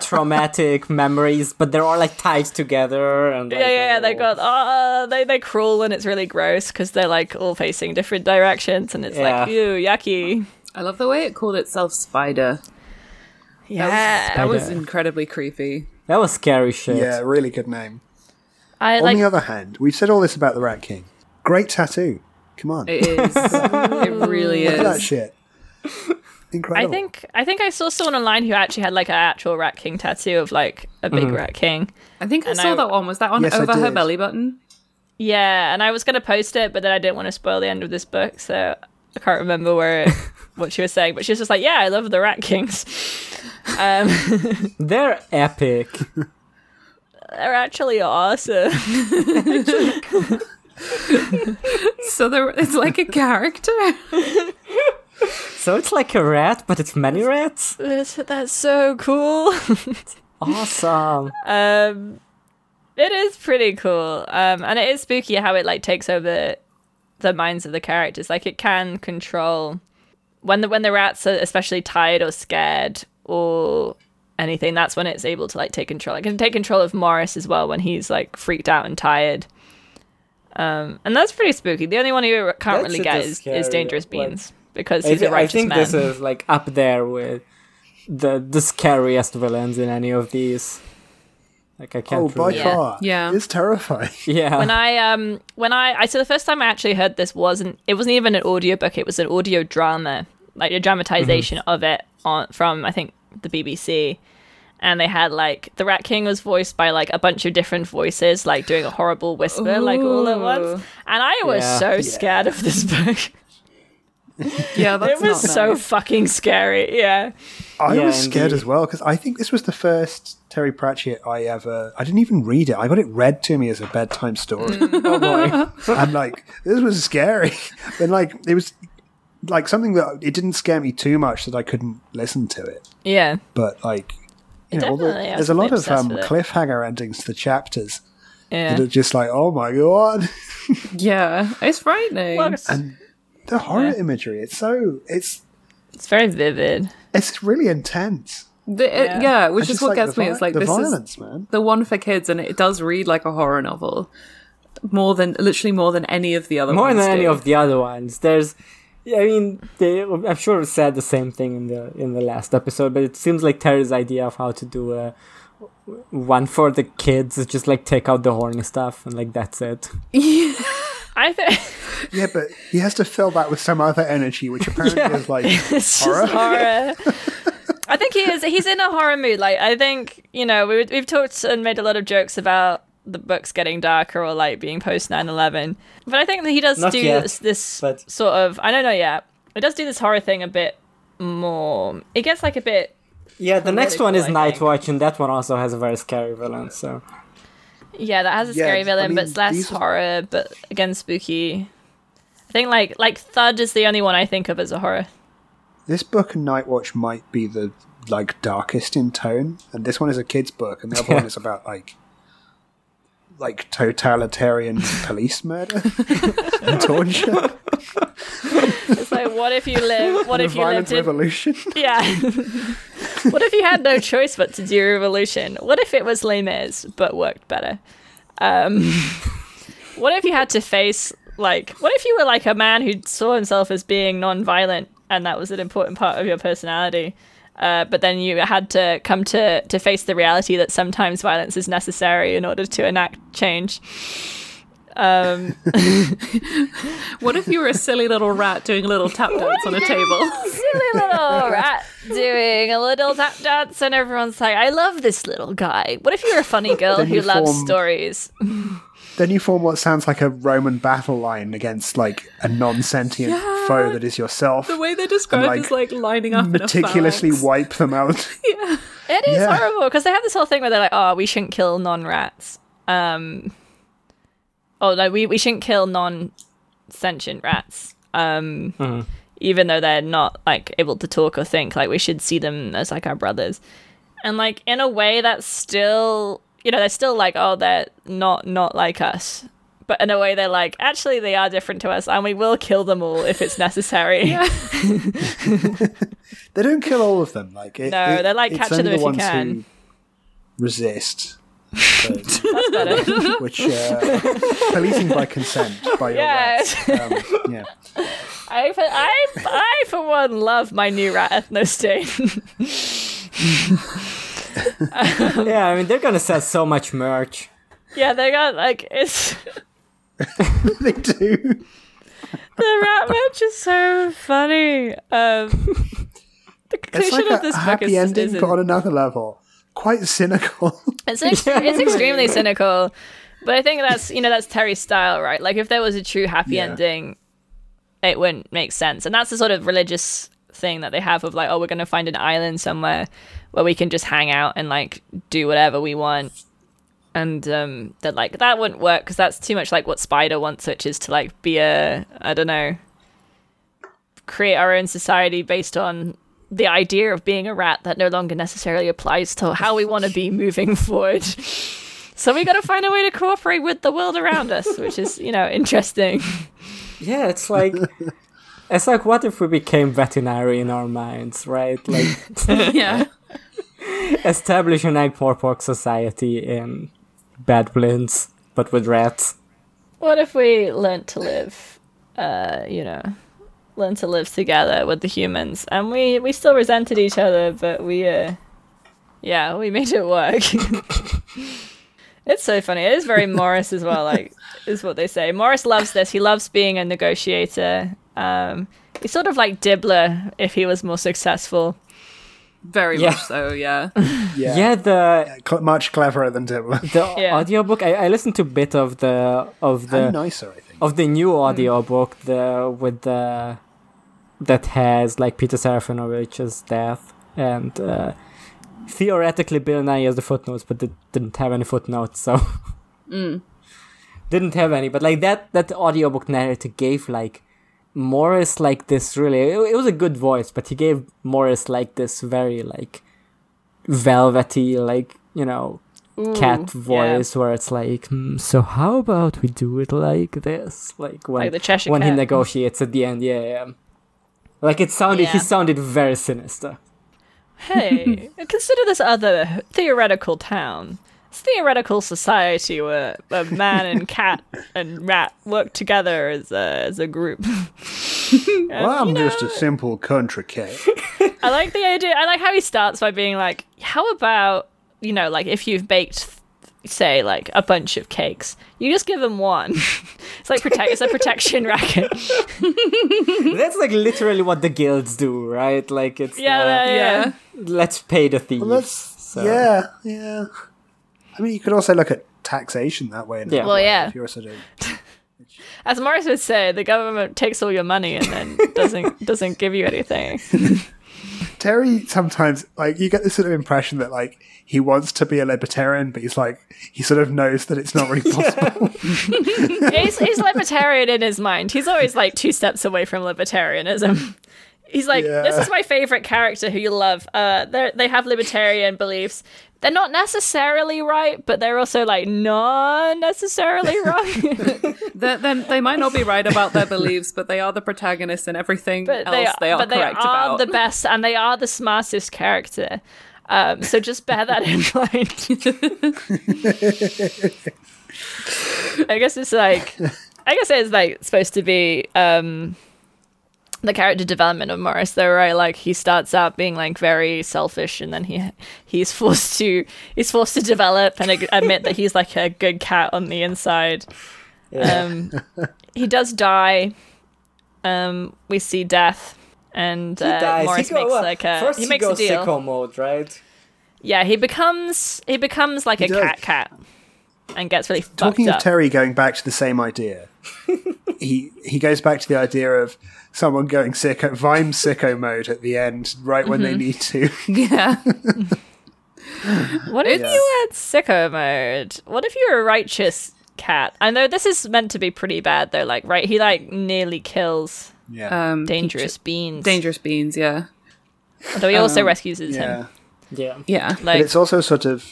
traumatic memories, but they're all like tied together and
yeah,
like,
yeah, yeah, they
oh.
got ah, they they crawl and it's really gross because they're like all facing different directions and it's like
Yeah.
ew, yucky.
I love the way it called itself Spider.
Yeah,
That was
Spider.
incredibly creepy.
That was scary shit.
yeah, really good name.
I
On
like
the other hand, we've said all this about the Rat King. Great tattoo. Come on.
It is. it really
Look at that
is.
shit.
I
Incredible.
think I think I saw someone online who actually had like an actual rat king tattoo of like a big rat king.
I think I
And
saw
I-
that one. Was that one
Yes, I
over her
did.
belly button?
Yeah, and I was gonna post it, but then I didn't want to spoil the end of this book, so I can't remember where it, what she was saying. But she was just like, "Yeah, I love the rat kings. Um,
They're epic.
they're actually awesome."
So there, it's like a character.
So it's like a rat, but it's many rats.
That's, that's so cool.
Awesome.
um, it is pretty cool, um, and it is spooky how it like takes over the minds of the characters. Like it can control when the when the rats are especially tired or scared or anything. That's when it's able to like take control. It can take control of Morris as well when he's like freaked out and tired. Um, and that's pretty spooky. The only one who can't
That's
really
a
get
bit
is,
scary,
is Dangerous
like-
Beans because
I,
he's
thi-
a
I
righteous
think
man.
this is like up there with the the scariest villains in any of these. Like I can't.
Oh, by
really-
Yeah.
far.
Yeah.
It's terrifying.
Yeah.
when I um when I I so the first time I actually heard this wasn't it wasn't even an audiobook it was an audio drama like a dramatization
Mm-hmm.
of it on from I think the BBC and they had like the Rat King was voiced by like a bunch of different voices like doing a horrible whisper like all at once
Ooh.
and I was
Yeah.
so scared of this book
Yeah, that's
it was
not
so
nice.
fucking scary yeah
I
Yeah,
was scared
indeed.
as well because I think this was the first Terry Pratchett I ever. I didn't even read it. I got it read to me as a bedtime story.
oh boy.
I'm like, this was scary, and like it was like something that it didn't scare me too much that I couldn't listen to it.
yeah
But like, you know, all the,
Definitely, I was
there's a lot of
obsessed
um,
with it.
cliffhanger endings to the chapters
yeah.
that are just like, oh my god,
Yeah, it's frightening.
Well, it's-
the horror
Yeah.
imagery. It's so it's
it's very vivid.
it's really intense.
The- it-
Yeah.
yeah. which
It's
is
just,
what
like,
gets
the
me.
vi-
It's like
the
this is
violence, man.
the one for kids, and it does read like a horror novel, more than literally more than any of the other
More
ones
than any
do.
of the other ones. There's. I mean, they, I'm sure we said the same thing in the in the last episode, but it seems like Terry's idea of how to do a one for the kids is just like take out the horny stuff and like that's it.
I think
Yeah, but he has to fill that with some other energy, which apparently is like
It's just
Horror?
horror. I think he is. He's in a horror mood. Like I think you know we, we've talked and made a lot of jokes about the books getting darker or like being post 9-11 but i think that he does
Not
do
yet,
this, this
but-
sort of i don't know yet it does do this horror thing a bit more it gets like a bit
Yeah, the next one is
Political, I
Night
think.
Watch, and that one also has a very scary villain. So
yeah that has a
Yeah,
scary
I
villain but
mean,
it's less
these-
horror but again spooky i think like like thud is the only one i think of as a horror
this book and Night Watch might be the like darkest in tone, and this one is a kid's book, and the other one is about like like totalitarian police murder and torture,
it's like what if you live what
the
if you
violent
lived in
revolution.
Yeah. what if you had no choice but to do revolution? What if it was Les Mis but worked better? Um, what if you had to face like what if you were like a man who saw himself as being non-violent and that was an important part of your personality? Uh, but then you had to come to, to face the reality that sometimes violence is necessary in order to enact change. Um,
What if you were a silly little rat doing a little tap dance on a table?
silly little rat doing a little tap dance, and everyone's like, I love this little guy. What if you're a funny girl
Then
who
you
loves
form-
stories?
then you form what sounds like a Roman battle line against like a non-sentient foe that is yourself.
The way they're described
like,
is like lining up
Meticulously
in a phalanx.
wipe them out.
It is
Yeah.
horrible because they have this whole thing where they're like, oh, we shouldn't kill non rats. Um, oh, no, we, we shouldn't kill non sentient rats. Um, Even though they're not like able to talk or think, like we should see them as like our brothers. And like in a way, that's still you know they're still like oh they're not not like us, but in a way they're like actually they are different to us, and we will kill them all if it's necessary.
They don't kill all of them. Like it,
No,
it-
they're like,
it's
capture
only
them if
the
you
ones
can.
Who resist. So-
Better.
which uh, policing by consent by your
Yeah.
rights. Um, yeah.
I, for- I, I for one love my new rat ethno state.
yeah, I mean they're gonna sell so much merch.
yeah, they got like it's
they do.
the rat merch is so funny. Um, the
It's
conclusion
like
of
a
this book
happy
is,
ending,
is
but on another level. Quite cynical.
It's ex- it's extremely cynical, but I think that's you know that's Terry's style, right? Like if there was a true happy
Yeah.
ending, it wouldn't make sense, and that's the sort of religious thing that they have of like, oh, we're going to find an island somewhere where we can just hang out and like do whatever we want, and um, that like that wouldn't work because that's too much like what Spider wants, which is to like be a I don't know create our own society based on the idea of being a rat that no longer necessarily applies to how we want to be moving forward. So we got to find a way to cooperate with the world around us, which is, you know, interesting.
Yeah, it's like it's like what if we became veterinary in our minds, right? Like
yeah.
establish an agporpork society in Badlands, but with rats.
What if we learn to live, uh, you know, learn to live together with the humans? And we we still resented each other, but we, uh, yeah, we made it work. it's so funny. It is very Morris as well. Like, is what they say. Morris loves this. He loves being a negotiator. Um, he's sort of like Dibbler if he was more successful.
Very
Yeah.
much so, yeah.
Yeah, the
Cl- much cleverer than Dibbler.
the
Yeah.
audiobook I, I listened to a bit of the of the
and nicer, I think.
of the new audiobook the with the that has like Peter Serafinovich's death and uh, theoretically Bill Nye has the footnotes but did, didn't have any footnotes so didn't have any but like that that audiobook narrator gave like Morris like this really it, it was a good voice but he gave Morris like this very like velvety like you know cat
Ooh, yeah.
voice where it's like, "Hmm, so how about we do it like this? Like when
Like the Cheshire
when he
Cat.
negotiates at the end, yeah, yeah. Like it sounded, he
Yeah.
sounded very sinister.
hey, consider this other theoretical town. It's theoretical society where a man and cat and rat work together as a, as a group.
Well, I'm just a simple country cat.
I like the idea. I like how he starts by being like, how about, you know, like if you've baked, say, like a bunch of cakes, you just give them one. it's like protect. It's a protection racket.
That's like literally what the guilds do, right? Like it's
Yeah,
uh,
yeah, yeah.
Yeah.
let's pay the thieves.
Well, that's
so.
yeah, yeah. I mean, you could also look at taxation that way. in a
Yeah.
Well,
way,
yeah.
If you're sort of
As Morris would say, the government takes all your money and then doesn't doesn't give you anything.
Terry, sometimes like you get this sort of impression that like he wants to be a libertarian, but he's like he sort of knows that it's not really possible.
Yeah, he's, he's libertarian in his mind. He's always like two steps away from libertarianism. He's like, this
Yeah.
is my favorite character who you love. Uh, they they have libertarian beliefs. They're not necessarily right, but they're also like not necessarily wrong.
They're- then they might not be right about their beliefs, but they are the protagonists and everything
but
else
they,
they
are,
are,
but they
correct
are
about.
the best, and they are the smartest character. Um, so just bear that in mind. I guess it's like, I guess it's like supposed to be um, the character development of Morris, though, right? Like he starts out being like very selfish, and then he he's forced to he's forced to develop and ag- admit that he's like a good cat on the inside. Um, he does die. Um, we see death, and
He
uh,
dies.
Morris
He go-
makes
well,
like a
first
he makes
goes
a deal.
sicko mode, right?
Yeah, he becomes he becomes like a
does.
cat cat, and gets really
Talking
fucked
of
up.
Terry going back to the same idea, he he goes back to the idea of someone going sicko, Vime sicko mode at the end, right when
Mm-hmm.
they need to.
yeah.
What if you had sicko mode? What if you were a righteous cat? I know this is meant to be pretty bad though. Like, right? He like nearly kills
yeah,
Um,
dangerous beans.
dangerous beans, yeah.
Although he also rescues him.
yeah.
Yeah.
Yeah.
But
Like,
it's also sort of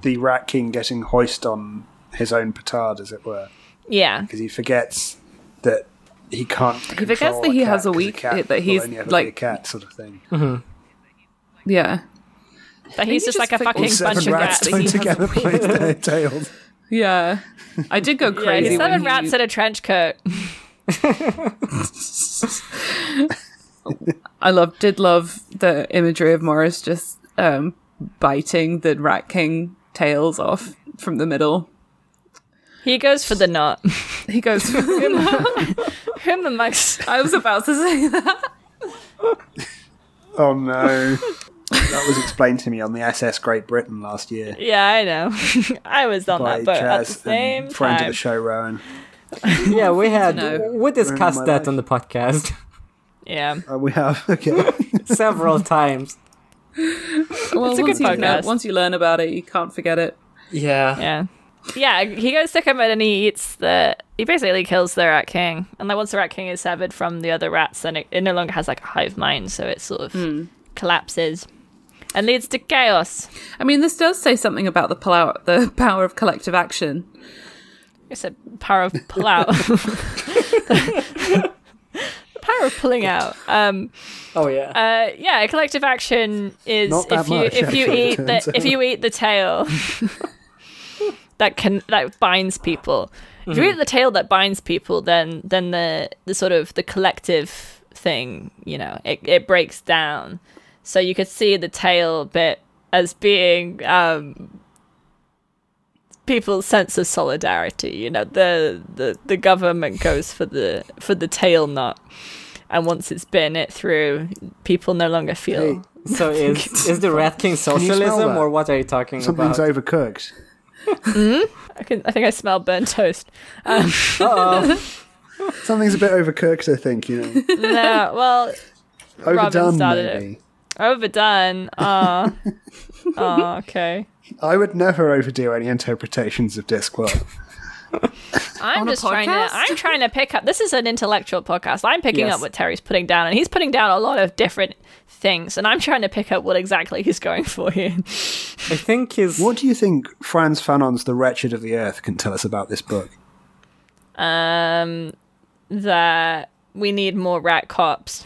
the Rat King getting hoist on his own petard, as it were,
yeah,
because he forgets that he can't. He
forgets that he has a weak- that he's,
a
like-
cat sort of thing.
Yeah.
but he's just
just
like a
fix-
fucking
Seven
bunch of
rats
rats.
that
tied
he has
together
a
by their tails.
Yeah. I did go
Yeah,
crazy.
he's
when
seven
he-
rats in a trench coat.
I love did love the imagery of Morris just um, biting the Rat King tails off from the middle.
He goes for the knot.
He goes.
Him amongst
I was about to say that.
Oh no. that was explained to me on the SS Great Britain last year
Yeah, I know. I was on
by
that boat at the
Chaz
same
and friend of
time.
the show Rowan.
Yeah, we had
know.
we discussed
my
that
life.
on the podcast
Yeah.
Oh, we have okay.
several times.
Well,
a
once
good
you know-
podcast.
once you learn about it, you can't forget it.
Yeah.
Yeah. Yeah, he goes to come in and he eats the he basically kills the rat king, and then once the rat king is severed from the other rats, then it, it no longer has like a hive mind, so it sort of collapses and leads to chaos.
I mean, this does say something about the power, the power of collective action.
It's a power of pull out. the power of pulling out. Um,
Oh yeah.
uh, yeah, collective action is
Not that
if you
much,
if you
actually, it
eat the
turns
if you eat the tail that can that binds people. If
Mm-hmm.
you eat the tail that binds people, then then the the sort of the collective thing, you know, it it breaks down. So you could see the tail bit as being um, people's sense of solidarity. You know, the, the the government goes for the for the tail nut, and once it's bitten it through, people no longer feel.
Hey,
so is is the Rat King
you smell
socialism
that?
or what are you talking
something's
about?
overcooked.
I can, I think I smell burnt toast.
Uh-oh.
Something's a bit overcooked, I think. You know,
No, well,
overdone
started it.
maybe.
overdone. Ah, ah, okay.
I would never overdo any interpretations of Discworld.
I'm
a
just trying to.
podcast?
I'm trying to pick up. This is an intellectual podcast. I'm picking
Yes.
up what Terry's putting down, and he's putting down a lot of different things, and I'm trying to pick up what exactly he's going for here.
I think he's
what do you think Franz Fanon's The Wretched of the Earth can tell us about this book?
um that we need more rat cops.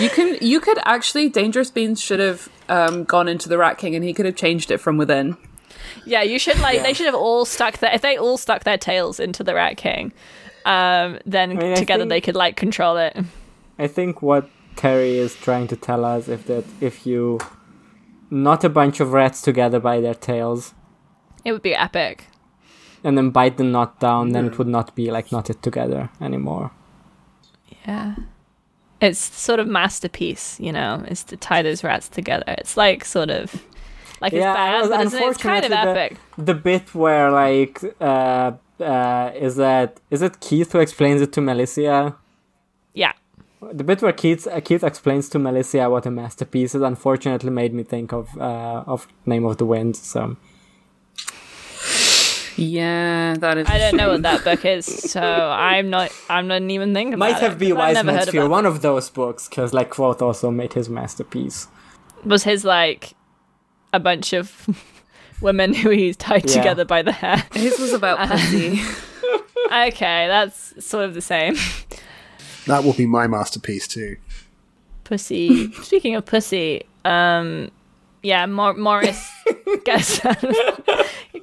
You can, you could actually. Dangerous Beans should have um, gone into the Rat King, and he could have changed it from within.
Yeah, you should like they should have all stuck their if they all stuck their tails into the rat king, um then
mean, I
together
think-
they could like control it.
I think what Terry is trying to tell us is that if you knot a bunch of rats together by their tails
It would be epic.
and then bite the knot down, then it would not be like knotted together anymore.
Yeah. It's sort of masterpiece, you know, is to tie those rats together. It's like sort of like
Yeah,
it's bad,
it was
but isn't it? it's kind of
unfortunately
epic.
The bit where like uh uh is that is it Keith who explains it to Melissa?
Yeah.
The bit where Keith uh, Keith explains to Melissa what a masterpiece is unfortunately made me think of uh of Name of the Wind. So
Yeah, that is.
I don't know what that book is, so I'm not I'm not even thinking about
might
it,
have been
because I've
Wise
never
Man's
heard
Fear,
about
one of those books, because like Quoth also made his masterpiece.
was his like a bunch of women who he tied
Yeah.
together by the hair.
His was about pussy.
okay, that's sort of the same.
That will be my masterpiece too.
Pussy. Speaking of pussy, um, yeah, Mor- Morris gets out of,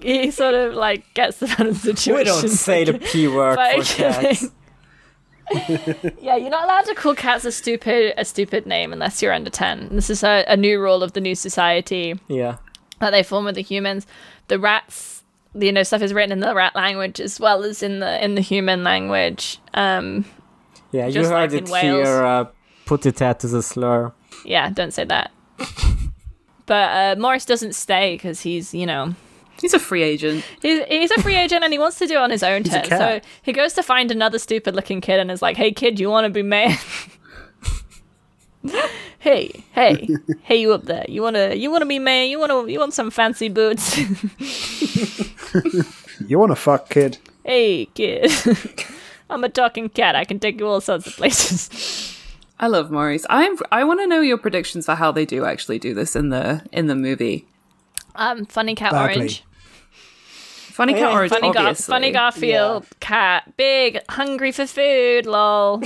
he sort of like gets out of the situation.
We don't say the p word
by
for cats.
killing- yeah, you're not allowed to call cats a stupid a stupid name unless you're under ten. This is a, a new rule of the new society.
Yeah.
that they form with the humans. The rats, you know, stuff is written in the rat language as well as in the in the human language. Um,
Yeah, you
Just like
heard
in
it
Wales.
here. Uh, put it at as a slur.
yeah, don't say that. but uh, Morris doesn't stay because he's, you know,
He's a free agent.
he's, he's a free agent and he wants to do it on his own
a
terms. So
cat.
he goes to find another stupid looking kid and is like, "Hey, kid, you want to be mayor?" hey, hey, hey, you up there? You wanna you wanna be mayor? You wanna you want some fancy boots?
You want to fuck, kid?
Hey, kid. I'm a talking cat. I can take you all sorts of places.
I love Maurice. I'm. I want to know your predictions for how they do actually do this in the in the movie.
Um, funny cat
Badly.
orange.
Funny cat
Yeah,
orange,
Funny, Gar-
obviously.
funny Garfield cat. Big, hungry for food, lol.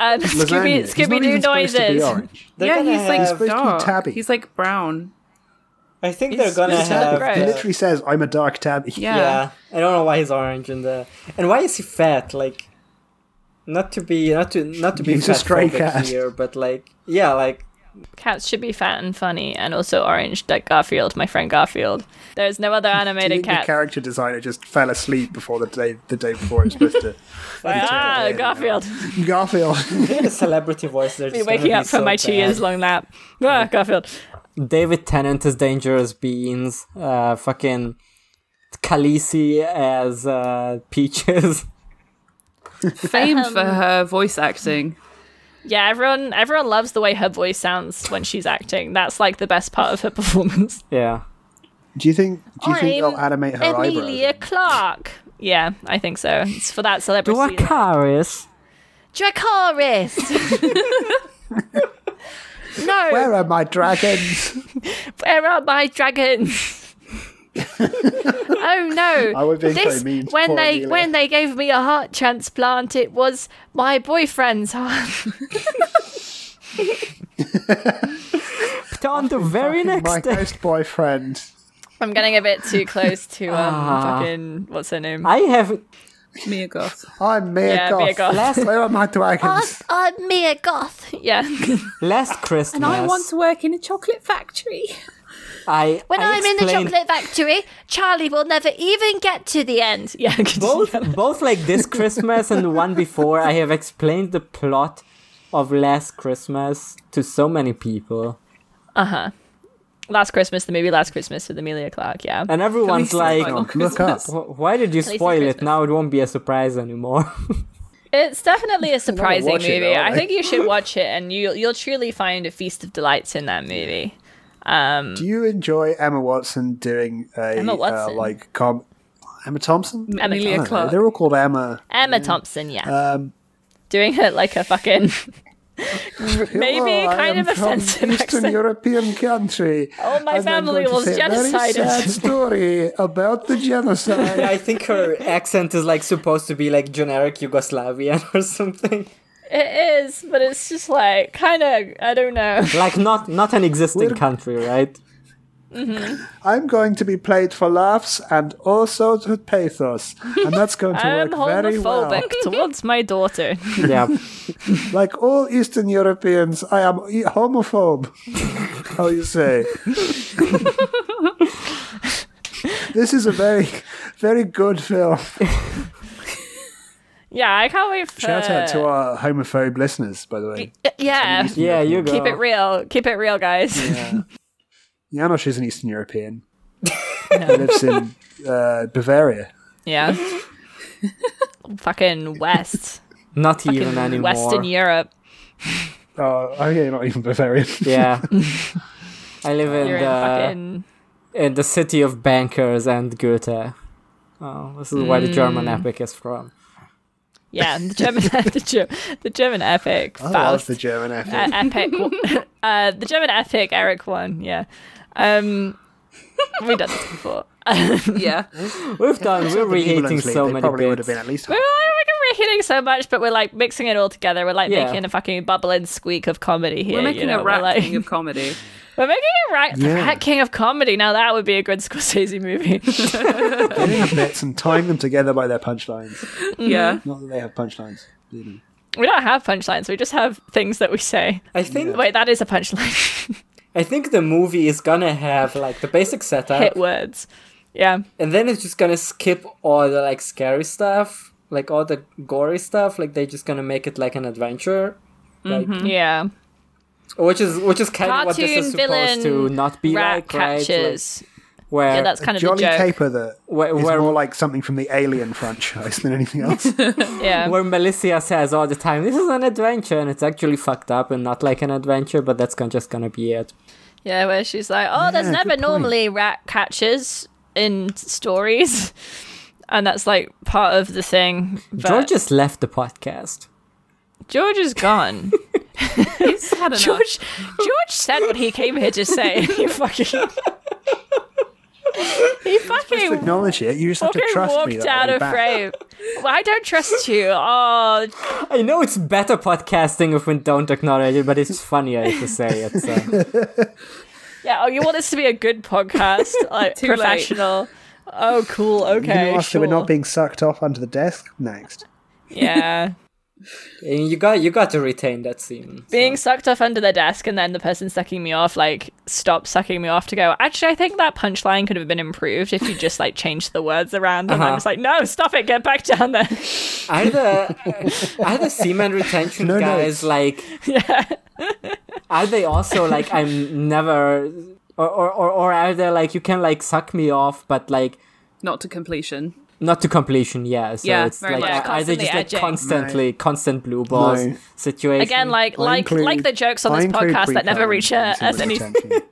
um, Scooby,
Lasagna. He's not
Scooby Doo
even supposed to be
noises.
orange.
They're
yeah,
gonna
he's like
have-
supposed to be
dark.
tabby.
He's like brown.
I think they're gonna
it's not
have.
great.
He
the-
literally says, "I'm a dark tabby."
Yeah.
yeah. I don't know why he's orange in the. And why is he fat? Like, not to be not to not to be
He's a stray
fatphobic
cat.
here, but like, yeah, like
Cats should be fat and funny and also orange, like Garfield, my friend Garfield. There's no other
Do you
animated
think the
cat.
character designer just fell asleep before the day the day before it was supposed to.
ah,
Yeah.
Garfield.
Garfield.
the celebrity voice. They're
Be
just
waking
gonna
up from
so
my two
bad.
years long nap. Ah, Garfield.
David Tennant as Dangerous Beans. Uh, fucking Khaleesi as uh, Peaches.
Famed for
Um,
her voice acting.
Yeah, everyone everyone loves the way her voice sounds when she's acting. That's like the best part of her performance.
yeah.
Do you think? Do you think
I'm
they'll animate her
Amelia
eyebrows?
Clark. Yeah, I think so. It's for that celebrity.
Dracaris.
Dracaris. no,
Where are my dragons?
where are my dragons? oh no!
I would be so
this,
mean to
when
poor
they
Amelia.
when they gave me a heart transplant, it was my boyfriend's heart.
On the very
my
next day.
ghost boyfriend.
I'm getting a bit too close to um fucking what's her name?
I have
Mia Goth.
I'm Mia
Yeah,
Goth.
Mia Goth.
Last-
Where are my dragons?
uh, Mia Goth. Yeah.
last Christmas.
And I want to work in a chocolate factory.
I
When
I
I'm in the
explained
chocolate factory, Charlie will never even get to the end. Yeah.
both both like this Christmas and the one before. I have explained the plot of Last Christmas to so many people,
Last Christmas, the movie Last Christmas with Amelia Clark. Yeah.
and everyone's like,
Look up.
"Wh- "Why did you
least it's
spoil it?
Christmas.
Now it won't be a surprise anymore."
It's definitely a surprising
watch it,
movie.
though,
I
like-
think you should watch it, and you you'll truly find a feast of delights in that movie.
Do you enjoy Emma Watson doing a
Emma
Uh,
Watson?
like com- Emma Thompson?
Emma
Amelia
I don't know.
Clark.
They're all called Emma.
Emma Thompson, yeah,
Um,
doing it like a fucking maybe
"Hello, Oh, I
kind
am
of
from
offensive
Eastern
accent.
European country.
Oh, my
and I'm
family
going to
was
say a Very
genocided."
sad story about the genocide.
I think her accent is like supposed to be like generic Yugoslavian or something,
It is, but it's just like kind of I don't know.
like not not an existing country, right?
I'm going to be played for laughs and also to pathos, and that's going to
I'm
work very well.
homophobic towards my daughter.
Yeah,
Like all Eastern Europeans, I am e- homophobe. How you say? this is a very, very good film.
Yeah, I can't wait. For,
Shout out to our homophobe listeners, by the way.
yeah.
yeah, you go.
Keep it real. Keep it real, guys.
Janosch is an Eastern European. he lives in uh, Bavaria.
Yeah. fucking West.
Not even
Fucking
anymore.
Western Europe.
Oh, okay, not even Bavarian.
Yeah. I live in
You're in
the
uh,
fucking
in the city of bankers and Goethe. Oh, this is where the German
Mm.
epic is from.
yeah, the German the, Ger- the German epic
I love
Faust
the German accent.
uh, epic uh, the German epic Eric one. Yeah, um, we've done this before. Uh,
Yeah.
We've done. We're rehating
Equivalently,
so
they
many
probably would
bits.
have been at least
We're
half.
like we're hitting so much, but we're like mixing it all together. We're like
Yeah.
making a fucking bubble and squeak of comedy here.
We're
you
making
know?
a rat
we're, like-
king of comedy.
we're making a rat,
Yeah.
rat king of comedy. Now that would be a good Scorsese movie.
Getting the bits and tying them together by their punchlines.
Yeah.
Not that they have punchlines. do they?
we don't have punchlines. We just have things that we say.
I think.
Wait, that is a punchline.
I think the movie is gonna have like the basic
Hit
setup,
words. Yeah.
and then it's just gonna skip all the like scary stuff, like all the gory stuff. Like they're just gonna make it like an adventure. Like,
Yeah.
Which is which is kind of what this is
Mm-hmm. Cartoon
supposed to
villain,
not be
Rat
like, right?
catches.
Like, where
yeah, that's kind of
Jolly
the joke.
Caper that
Where-
is
where-
more like something from the Alien franchise than anything else.
Yeah.
where Melissa says all the time, "This is an adventure," and it's actually fucked up and not like an adventure, but that's gon- just gonna be it.
Yeah, where she's like, "Oh, there's
Yeah,
never
good point.
normally rat catchers in stories," and that's like part of the thing. But
George just left the podcast.
George is gone.
He's had enough.
George, George said what he came here to say. He fucking, he
just
fucking
acknowledge it. You just have to
fucking
trust me.
walked
that I'll
out
be
of
back.
frame. Well, I don't trust you. Oh,
I know it's better podcasting if we don't acknowledge it, but it's funnier if you say it. So.
yeah. Oh, you want this to be a good podcast, like
Too late.
professional. Oh, cool.
Can you
Okay.
ask that
sure.
we're not being sucked off under the desk next?
yeah.
And you got you got to retain that scene.
being sucked off under the desk and then the person sucking me off like stopped sucking me off to go actually i think that punchline could have been improved if you just like changed the words around and i'm just like no stop it get back down there
Are the are the semen retention
No
guys
notes.
like? Are they also like I'm never? Or, or, or, or are they like you can like suck me off but like
Not to completion.
not to completion yeah so
Yeah,
it's
very
like
much.
are- are they
Constantly
just like
edging.
constantly constant blue balls
No.
situation
again like
I
like
include-
like the jokes on
I
this
include
podcast that never
pre-cum
reach her
in
as
semen
any
retention.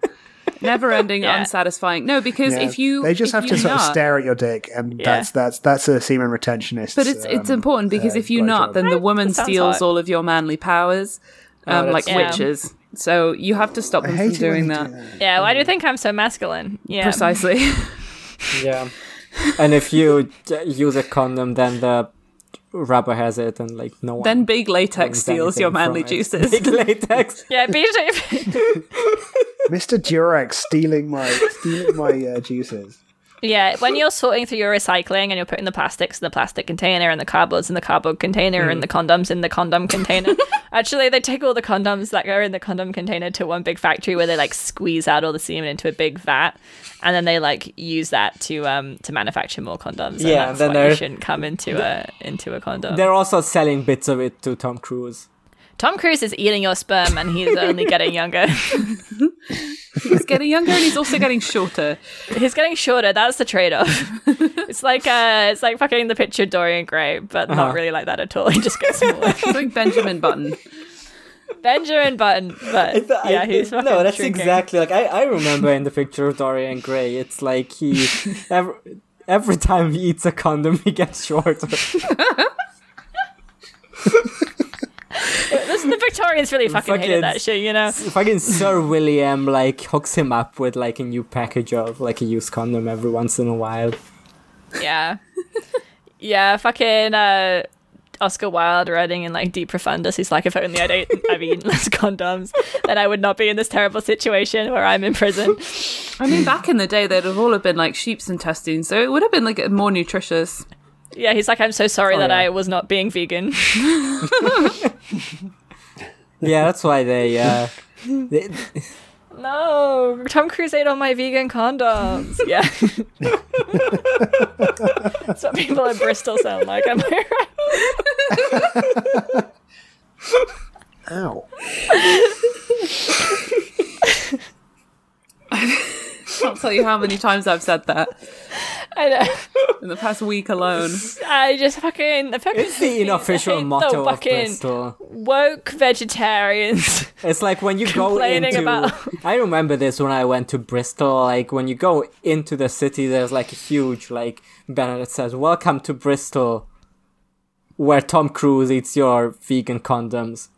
never ending,
Yeah.
unsatisfying. No, because
Yeah.
if you
they just
if
have
you
to sort of
nut-
stare at your dick, and that's that's that's a semen retentionist.
But it's it's
um,
important because
uh,
if you're
blowjob.
not, then the woman
that sounds
steals
hot.
all of your manly powers, um, like
Oh, that's-
Yeah.
witches. So you have to stop
I
them
hate
from
it when
doing
they
that.
do
Yeah, why do you think I'm so masculine? Yeah.
Precisely.
Yeah. And if you j- use a condom, then the rubber has it, and like no one.
then big latex
learns
steals
anything
your
from
manly
it.
juices.
Big latex.
Yeah, BJ.
Mr. Durex stealing my stealing my uh, juices.
yeah, when you're sorting through your recycling and you're putting the plastics in the plastic container and the cardboard's in the cardboard container and the
Hmm.
condoms in the condom container, actually, they take all the condoms that are in the condom container to one big factory where they like squeeze out all the semen into a big vat. And then they like use that to um to manufacture more condoms.
Yeah,
and that's
then
why
they're-
you shouldn't come into a into a condom.
They're also selling bits of it to Tom Cruise.
Tom Cruise is eating your sperm and he's only getting younger.
he's getting younger and he's also getting shorter.
He's getting shorter. That's the trade-off. it's like uh, it's like fucking the picture of Dorian Gray, but
Uh-huh.
not really like that at all. He just gets smaller.
He's like Benjamin Button.
Benjamin Button, but yeah, he's fucking
no, that's
shrinking.
exactly like I, I remember in the picture of Dorian Gray. It's like he every, every time he eats a condom, he gets shorter.
This, the Victorians really fucking, hated
Fucking-
that shit, you know.
Fucking Sir William like hooks him up with like a new package of like a used condom every once in a while.
Yeah, yeah, fucking uh, Oscar Wilde writing in like deep profundus. He's like, if only I'd eaten, I've eaten less condoms, then I would not be in this terrible situation where I'm in prison.
I mean, back in the day, they'd have all have been like sheep's intestines, so it would have been like more nutritious.
Yeah, he's like, I'm so sorry
Oh,
that
yeah.
I was not being vegan.
Yeah, that's why they uh they,
No, Tom Cruise ate all my vegan condoms. Yeah. That's what people in Bristol sound like. Am I right?
Ow.
I'll tell you how many times I've said that
I know.
in the past week alone.
I just fucking. I fucking
it's the
hate
unofficial
the
motto of
fucking
Bristol.
Woke vegetarians.
It's like when you go
complaining
into.
about-
I remember this when I went to Bristol. Like when you go into the city, there's like a huge like banner that says "Welcome to Bristol," where Tom Cruise eats your vegan condoms.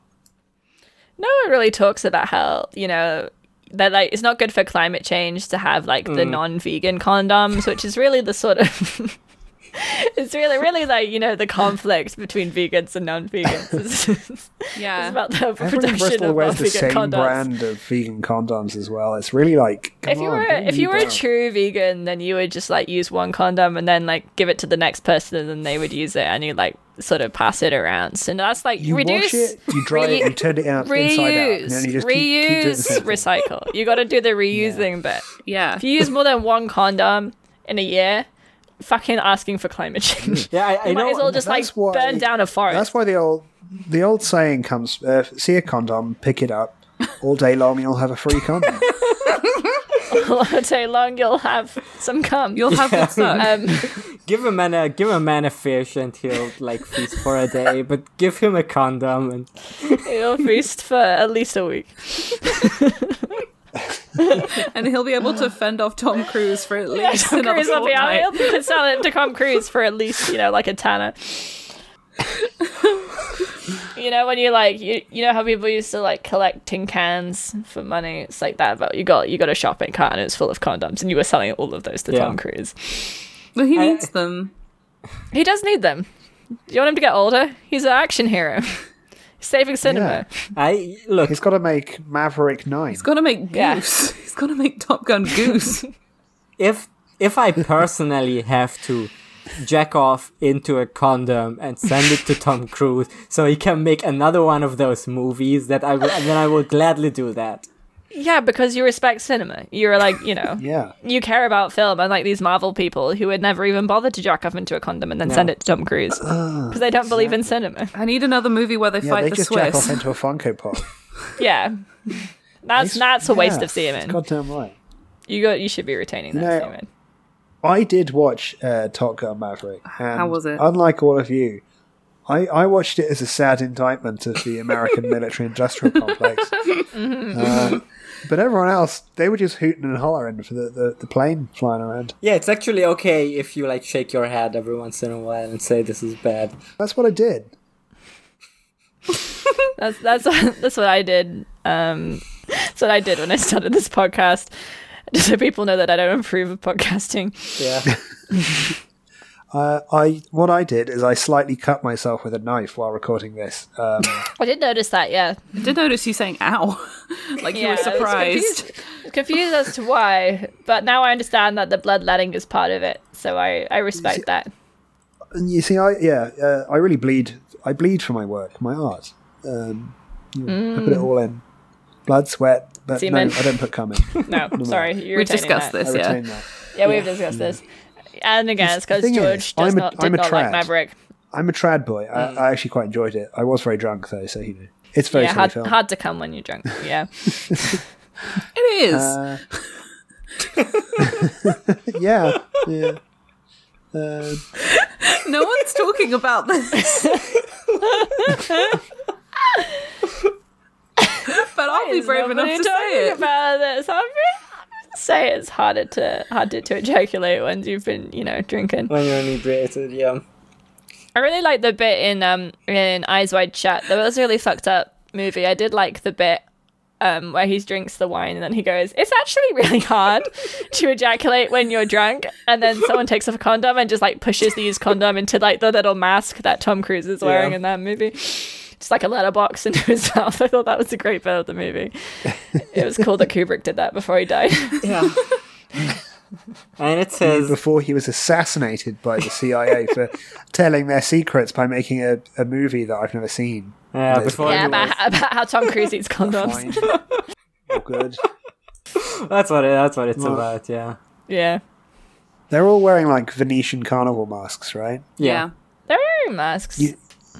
no one really talks about how you know that like it's not good for climate change to have like the
Mm.
non-vegan condoms which is really the sort of it's really really like you know the conflict between vegans and non-vegans it's, it's
Yeah.
about the
Everyone
overproduction
in Bristol
of
wears the
non-vegan
same
condoms
brand of vegan condoms as well. It's really like come
if you
on,
were
bring
if you
it
were a
down.
true vegan then you would just like use one condom and then like give it to the next person and then they would use it and you like sort of pass it around so that's like
you wash
reduce
it, you dry it, you turn it out inside out,
reuse
and then you just keep, keep doing the
reuse
same thing.
recycle you got to do the reusing bit
Yeah.
if you use more than one condom in a year fucking asking for climate change
Yeah, I, I
you might
know.
as well just like
That's why-
burn down a
That's
forest
why the old the old saying comes: uh, see a condom, pick it up. All day long, you'll have a free condom.
all day long you'll have some cum
You'll have good stuff.
um,
Give a man a give a man a fish and he'll like feast for a day, but give him a condom and
you'll feast for at least a week
and he'll be able to fend off Tom Cruise for at
Yeah,
least
Tom
another
Cruise will be out.
fortnight.
He'll be- he'll sell it to Tom Cruise for at least, you know, like a tanner. you know, when you like, you, you know how people used to like collect tin cans for money? It's like that, but you got you got a shopping cart and it's full of condoms and you were selling all of those to
Yeah.
Tom Cruise.
But he needs them.
He does need them. Do you want him to get older? He's an action hero. Saving cinema.
I look.
He's got to make Maverick Nine.
He's got to make
Yeah.
Goose. He's got to make Top Gun Goose.
if if I personally have to jack off into a condom and send it to Tom Cruise so he can make another one of those movies that I will, then I will gladly do that.
Yeah. because you respect cinema. You're like, you know,
Yeah,
you care about film, unlike these Marvel people who would never even bother to jack off into a condom and then send it to Tom Cruise because they don't believe in cinema.
I need another movie where they
yeah.
fight
they
the
just jack off
Swiss.
into a Funko Pop.
Yeah, that's that's a waste of semen.
Goddamn right.
You got you should be retaining that
No.
semen.
I did watch uh, Top Gun Maverick. And
How was it?
Unlike all of you, I, I watched
Mm-hmm.
it as a sad indictment of the American military industrial complex. Uh, But everyone else, they were just hooting and hollering for the, the, the plane flying around.
Yeah, it's actually okay if you like shake your head every once in a while and say this is bad.
That's what I did.
That's that's what, that's what I did. Um, that's what I did when I started this podcast, just so people know that I don't approve of podcasting.
Yeah.
Uh, I what I did is I slightly cut myself with a knife while recording this. Um,
I did notice that. Yeah,
I did notice you saying "ow," like you
Yeah, I
were
was
surprised.
confused as to why, but now I understand that the bloodletting is part of it, so I I respect that.
and you see, I yeah, uh, I really bleed. I bleed for my work, my art. Um, you know, I put it all in, blood, sweat. But no,
Mm. Semen.
I don't put cum in.
No, sorry, you're
We've
retaining
discussed
that.
I
this, yeah.
retain that.
Yeah, we've discussed this. And again, it's because
thing is,
George does
I'm a-
not
I'm
did
a
not like
trad.
Maverick.
I'm a trad boy. I, I actually quite enjoyed it. I was very drunk though, so you know, it's a very
Mm. yeah,
funny
hard,
film.
hard to come when you're drunk. Yeah,
It is.
Uh, yeah, yeah. Uh,
no one's talking about this. but I'll be brave enough
Nobody
to
talking
say it.
about this. I'm gonna say it's harder to harder to ejaculate when you've been you know drinking.
when you're inebriated, yeah.
I really like the bit in um in Eyes Wide Shut. That was a really fucked up movie. I did like the bit um where he drinks the wine and then he goes, "It's actually really hard to ejaculate when you're drunk." And then someone takes off a condom and just like pushes the used condom into like the little mask that Tom Cruise is wearing
Yeah.
in that movie. Just like a letterbox into his mouth. I thought that was a great bit of the movie. It was cool that Kubrick did that before he died.
Yeah. and it says
before he was assassinated by the CIA for telling their secrets by making a, a movie that I've never seen.
yeah, before
yeah,
he
about,
was-
about how Tom Cruise eats condoms.
Fine. All good.
that's what it, that's what it's
Well-
about, yeah.
Yeah.
They're all wearing like Venetian carnival masks, right?
Yeah.
They're wearing masks.
You-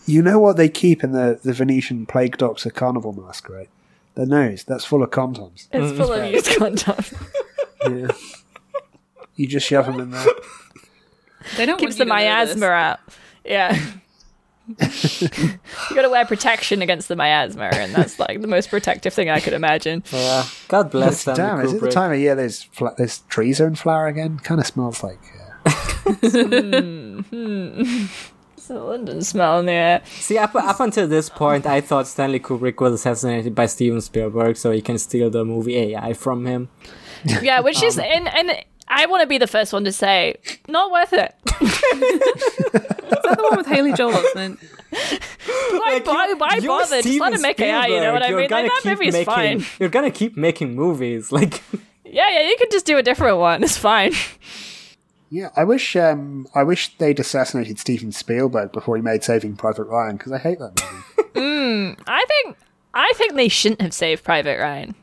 You know what they keep in the, the Venetian plague doctor carnival mask, right? Their nose. That's full of condoms.
It's full of used condoms.
Yeah. you just shove them in there.
They don't
Keeps
want you
the
to know this.
miasma out. Yeah. you gotta wear protection against the miasma, and that's like the most protective thing I could imagine.
Yeah. God bless them.
Damn, is it the
Kubrick.
time of year those fla- those trees are in flower again? Kind of smells like. Uh,
It's a London smell in the air.
See, up, up until this point, I thought Stanley Kubrick was assassinated by Steven Spielberg so he can steal the movie AI from him.
Yeah, which
Um,
is and and I want to be the first one to say not worth it.
Is that the one with Haley Joel Osment?
Why,
Like,
why,
you-
why
you're
bother? Just let
Steven
him make AI. You know
Spielberg.
what I
You're
mean? Like
gonna
that
keep
movie's
making,
fine.
You're gonna keep making movies. Like,
Yeah, yeah, you could just do a different one. It's fine.
yeah, I wish um, I wish they'd assassinated Steven Spielberg before he made Saving Private Ryan because I hate that movie.
I think I think they shouldn't have saved Private Ryan.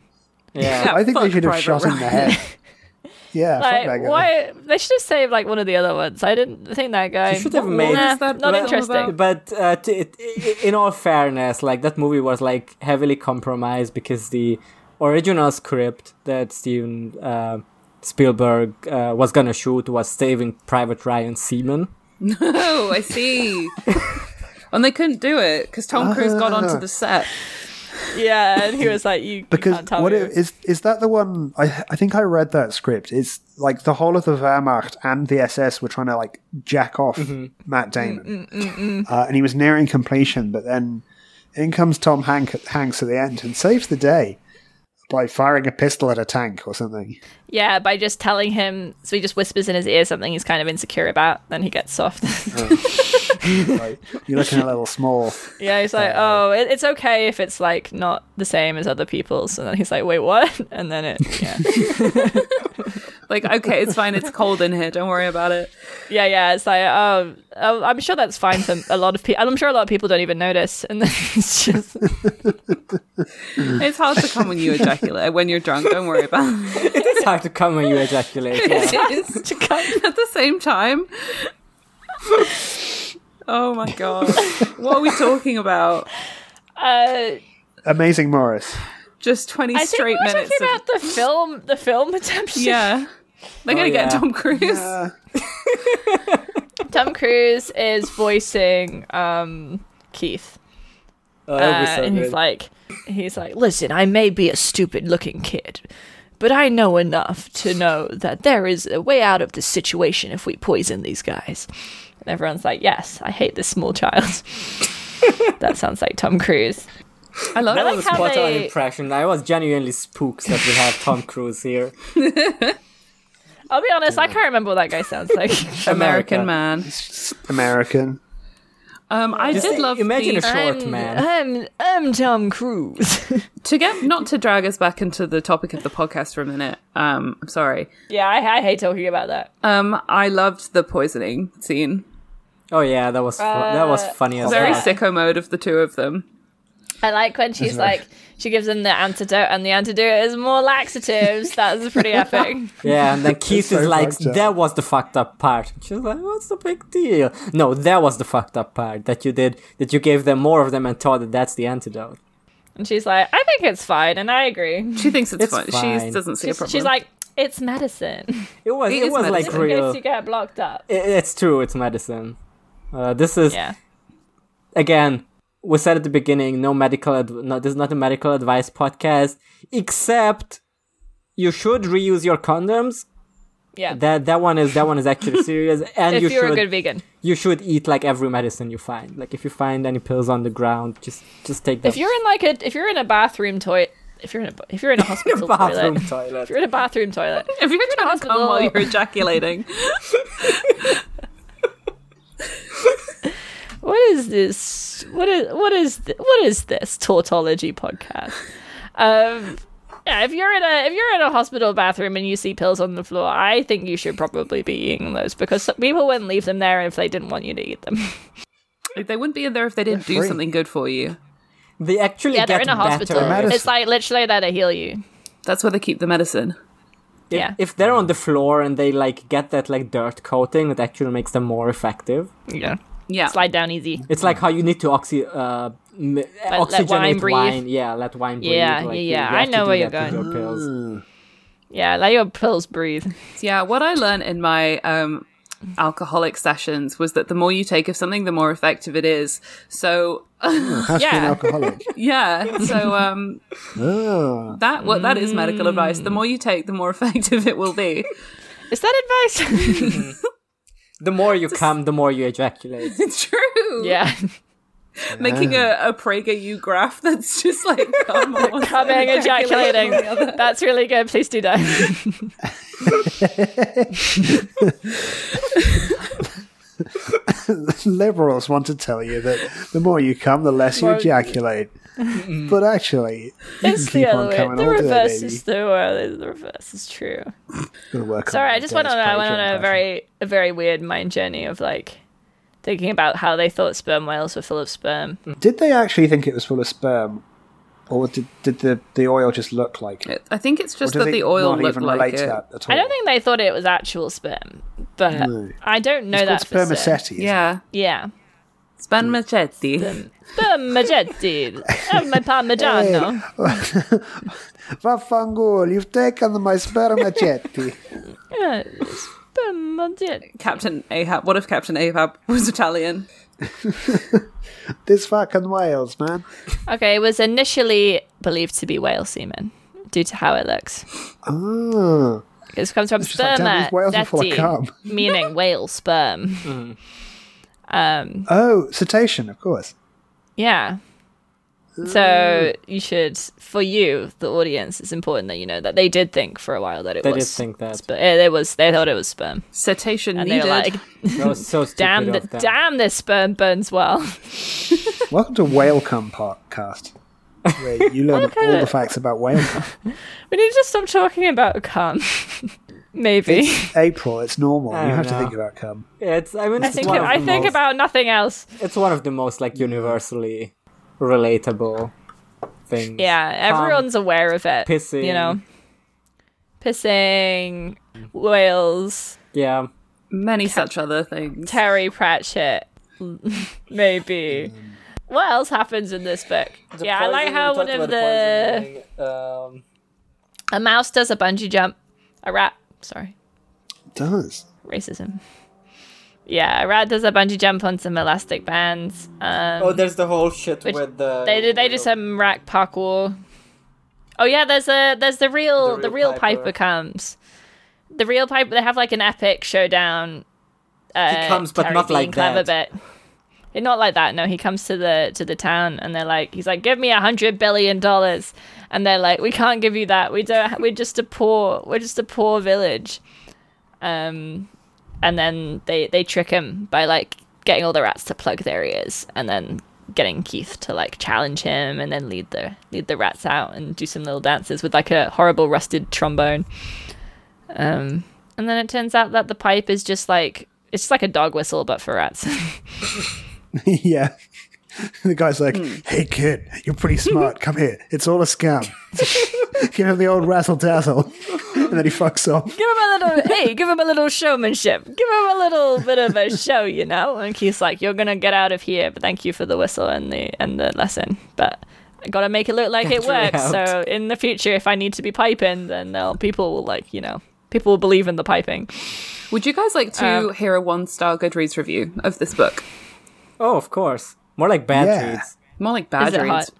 yeah,
I think they
fuck
should have
Private
shot him in the head. Yeah, fuck that
Like,
guy.
why they should have saved like one of the other ones. I didn't think that guy.
You should have
Nah,
made- What was
that
not
film
interesting.
about?
but uh, t- it, i- in all fairness, like that movie was like heavily compromised because the original script that Steven uh, Spielberg uh, was gonna shoot was Saving Private Ryan Seaman.
Oh, I see. and they couldn't do it because Tom Cruise got onto the set.
Yeah, and he was like, "You, you
Because
can't tell
what
me."
it, is is that the one? I I think I read that script. It's like the whole of the Wehrmacht and the SS were trying to like jack off
Mm-hmm. Mm,
Matt Damon, Uh, and he was nearing completion. But then in comes Tom Hank, Hanks at the end and saves the day by firing a pistol at a tank or something.
yeah, by just telling him, so he just whispers in his ear something he's kind of insecure about. Then he gets soft.
Like, you're looking a little small.
yeah, he's
Uh,
like, "Oh, it, it's okay if it's like not the same as other people's." And then he's like, "Wait, what?" And then it, yeah,
Like, okay, it's fine. It's cold in here. Don't worry about it.
yeah, yeah. It's like, "Oh, oh, I'm sure that's fine for a lot of people. I'm sure a lot of people don't even notice." And then it's just,
It's hard to come when you ejaculate when you're drunk. Don't worry about it.
It's hard to come when you ejaculate. Yeah.
It is. at the same time. Oh my god. What are we talking about?
uh,
Amazing Morris.
Just 20
I think we
straight
were
minutes.
talking
of-
about the film, the film attempt.
yeah. They're going
Oh,
to get
yeah.
Tom Cruise.
Uh,
Tom Cruise is voicing um Keith.
Oh, that would be so
and he's
good.
like, he's like, listen, I may be a stupid-looking kid, but I know enough to know that there is a way out of this situation if we poison these guys. And everyone's like, yes, I hate this small child. that sounds like Tom Cruise.
I love
That
it.
was a
how
spot on
they-
impression. I was genuinely spooked that we have Tom Cruise here.
I'll be honest, I can't remember what that guy sounds like.
America.
American man.
American.
Um, I
Just
did love
imagine
the-
a short
I'm,
man.
I'm, I'm Tom Cruise.
to get not to drag us back into the topic of the podcast for a minute. Um, I'm sorry.
yeah, I, I hate talking about that.
Um, I loved the poisoning scene.
Oh yeah, that was fu- that was funny as
Uh, Very
well.
sicko mode of the two of them.
I like when she's
right.
like, she gives him the antidote, and the antidote is more laxatives. That's pretty epic.
Yeah, and then Keith
so
is like,
fucked up.
"That was the fucked up part." She's like, "What's the big deal?" No, that was the fucked up part that you did. That you gave them more of them and thought that that's the antidote.
And she's like, I think it's fine, and I agree.
She thinks it's,
It's
fine. She
fine.
doesn't see a
She's,
problem.
she's like, it's medicine.
It was.
It
It,
is
was like
medicine.
In
real.
case you get blocked up.
I- it's true. It's medicine. Uh, this is
Yeah.
again. We said at the beginning, no medical. Ad- no, this is not a medical advice podcast. Except, you should reuse your condoms.
Yeah.
That that one is that one is actually serious, and
if
you
you're
should
a good vegan.
you should eat like every medicine you find. Like if you find any pills on the ground, just just take them.
If you're in like a if you're in a bathroom toilet if you're in a ba- if you're in a hospital
bathroom
toilet.
toilet.
If you're in a bathroom toilet.
if you're trying to come
hospital-
while you're ejaculating,
What is this? What is what is th- what is this tautology podcast? Um yeah, if you're in a if you're in a hospital bathroom and you see pills on the floor, I think you should probably be eating those because some people wouldn't leave them there if they didn't want you to eat them.
like, they wouldn't be in there if they didn't do
free.
something good for you.
They actually
Yeah, they're
get
in a hospital.
better.
Medicine.
It's like literally there to heal you.
That's where they keep the medicine.
Yeah.
If they're on the floor and they like get that like dirt coating, it actually makes them more effective.
Yeah.
Yeah,
Slide down easy.
It's like how you need to oxy uh, m- oxygenate
Mm. wine breathe.
Yeah, let wine breathe.
Yeah,
like,
yeah,
you-
yeah.
you
I
have to
know
do
where you're
that with
going.
your pills.
Yeah, let your pills breathe.
yeah. What I learned in my um, alcoholic sessions was that the more you take of something, the more effective it is. So
Has to be an
Yeah.
alcoholic.
yeah, so um,
Ah.
that what that is medical advice.
Mm.
The more you take, the more effective it will be.
Is that advice?
The more you come, the more you ejaculate.
It's true.
yeah.
making a, a PragerU graph that's just like come on,
Coming, ejaculating. That's really good. Please do that.
Liberals want to tell you that the more you come, the less you
More-
ejaculate. but actually, you
It's
can
the
keep
other
on
way.
coming
The
all day,
reverse
baby.
is the world. The reverse is true.
Gotta work on
Sorry, I
that
just went on.
Dennis
I went on
Prager
a
impression.
very, a very weird mind journey of like thinking about how they thought sperm whales were full of sperm.
Did they actually think it was full of sperm, or did, did the the oil just look like it?
I think it's
Or
just
do
that
they
the oil
not
looked
even relate
like
to
it.
that at all?
I don't think they thought it was actual sperm, but
Mm. No.
I don't know that
it's
for
called
certain.
spermaceti. isn't it?
Yeah,
Yeah.
span machete.
Sperm magetti. Oh, my parmigiano.
Vaffanculo, you've taken my spermacetti.
Yeah, sperm magetti.
Captain Ahab. What if Captain Ahab was Italian?
this fucking Wales, man.
Okay, it was initially believed to be whale semen due to how it looks.
Ah,
It comes from
just like, damn,
sperma,
these whales are full of
zeti,
cum.
meaning whale sperm. Um,
Oh, cetacean, of course.
yeah. So you should, for you, the audience, it's important that you know that they did think for a while that it
They did
was.
think that.
sper- eh, it was. They thought it was sperm,
Cetacean
and
needed.
they were like,
That was so stupid
"Damn,
of
the,
them.
damn, this sperm burns well."
Welcome to Whale Cum Podcast, where you learn all the facts about whale cum.
we need to stop talking about cum. Maybe
April, it's normal.
I
Oh,
You have
don't
to
know.
think about cum.
It's. I mean,
I
it's
think
one of
I
the
think
most-
about nothing else.
It's one of the most like universally relatable things.
Yeah, everyone's aware of it.
pissing.
you know, pissing, whales,
Yeah.
many such other things.
Terry Pratchett, maybe. What else happens in this book? yeah, I like how one of the
Um,
a mouse does a bungee jump, a rat. Sorry,
It does.
racism. yeah, Rad does a bungee jump on some elastic bands. Um,
Oh, there's the whole shit
Which-
with the.
they did.
Oh.
They did some rack parkour. Oh yeah, there's a there's the real
The
the real,
real
Piper.
Piper.
comes. The real Piper. They have like an epic showdown. Uh,
comes, but
Terry
not
being
like
clever
that.
Bit. Yeah, Not like that. No, he comes to the to the town, and they're like, he's like, give me a hundred billion dollars, and they're like, we can't give you that. We don't. We're just a poor. We're just a poor village. Um, and then they they trick him by like getting all the rats to plug their ears and then getting Keith to like challenge him and then lead the lead the rats out and do some little dances with like a horrible rusted trombone. Um, and then it turns out that the pipe is just like it's just like a dog whistle but for rats.
yeah. The guy's like,
Hmm.
"Hey kid, you're pretty smart. Come here. It's all a scam." Give him the old razzle dazzle, and then he fucks off.
give him a little hey, give him a little showmanship. Give him a little bit of a show, you know? And Keith's like, You're gonna get out of here, but thank you for the whistle and the and the lesson. But I gotta make it look like it
Get really
works. So
out.
in the future if I need to be piping, then they'll, people will like, you know, people will believe in the piping.
Would you guys like
Um,
to hear a one star Goodreads review of this book?
Oh, of course. More like bad
Yeah.
reads.
More like bad
Is it hot?
reads.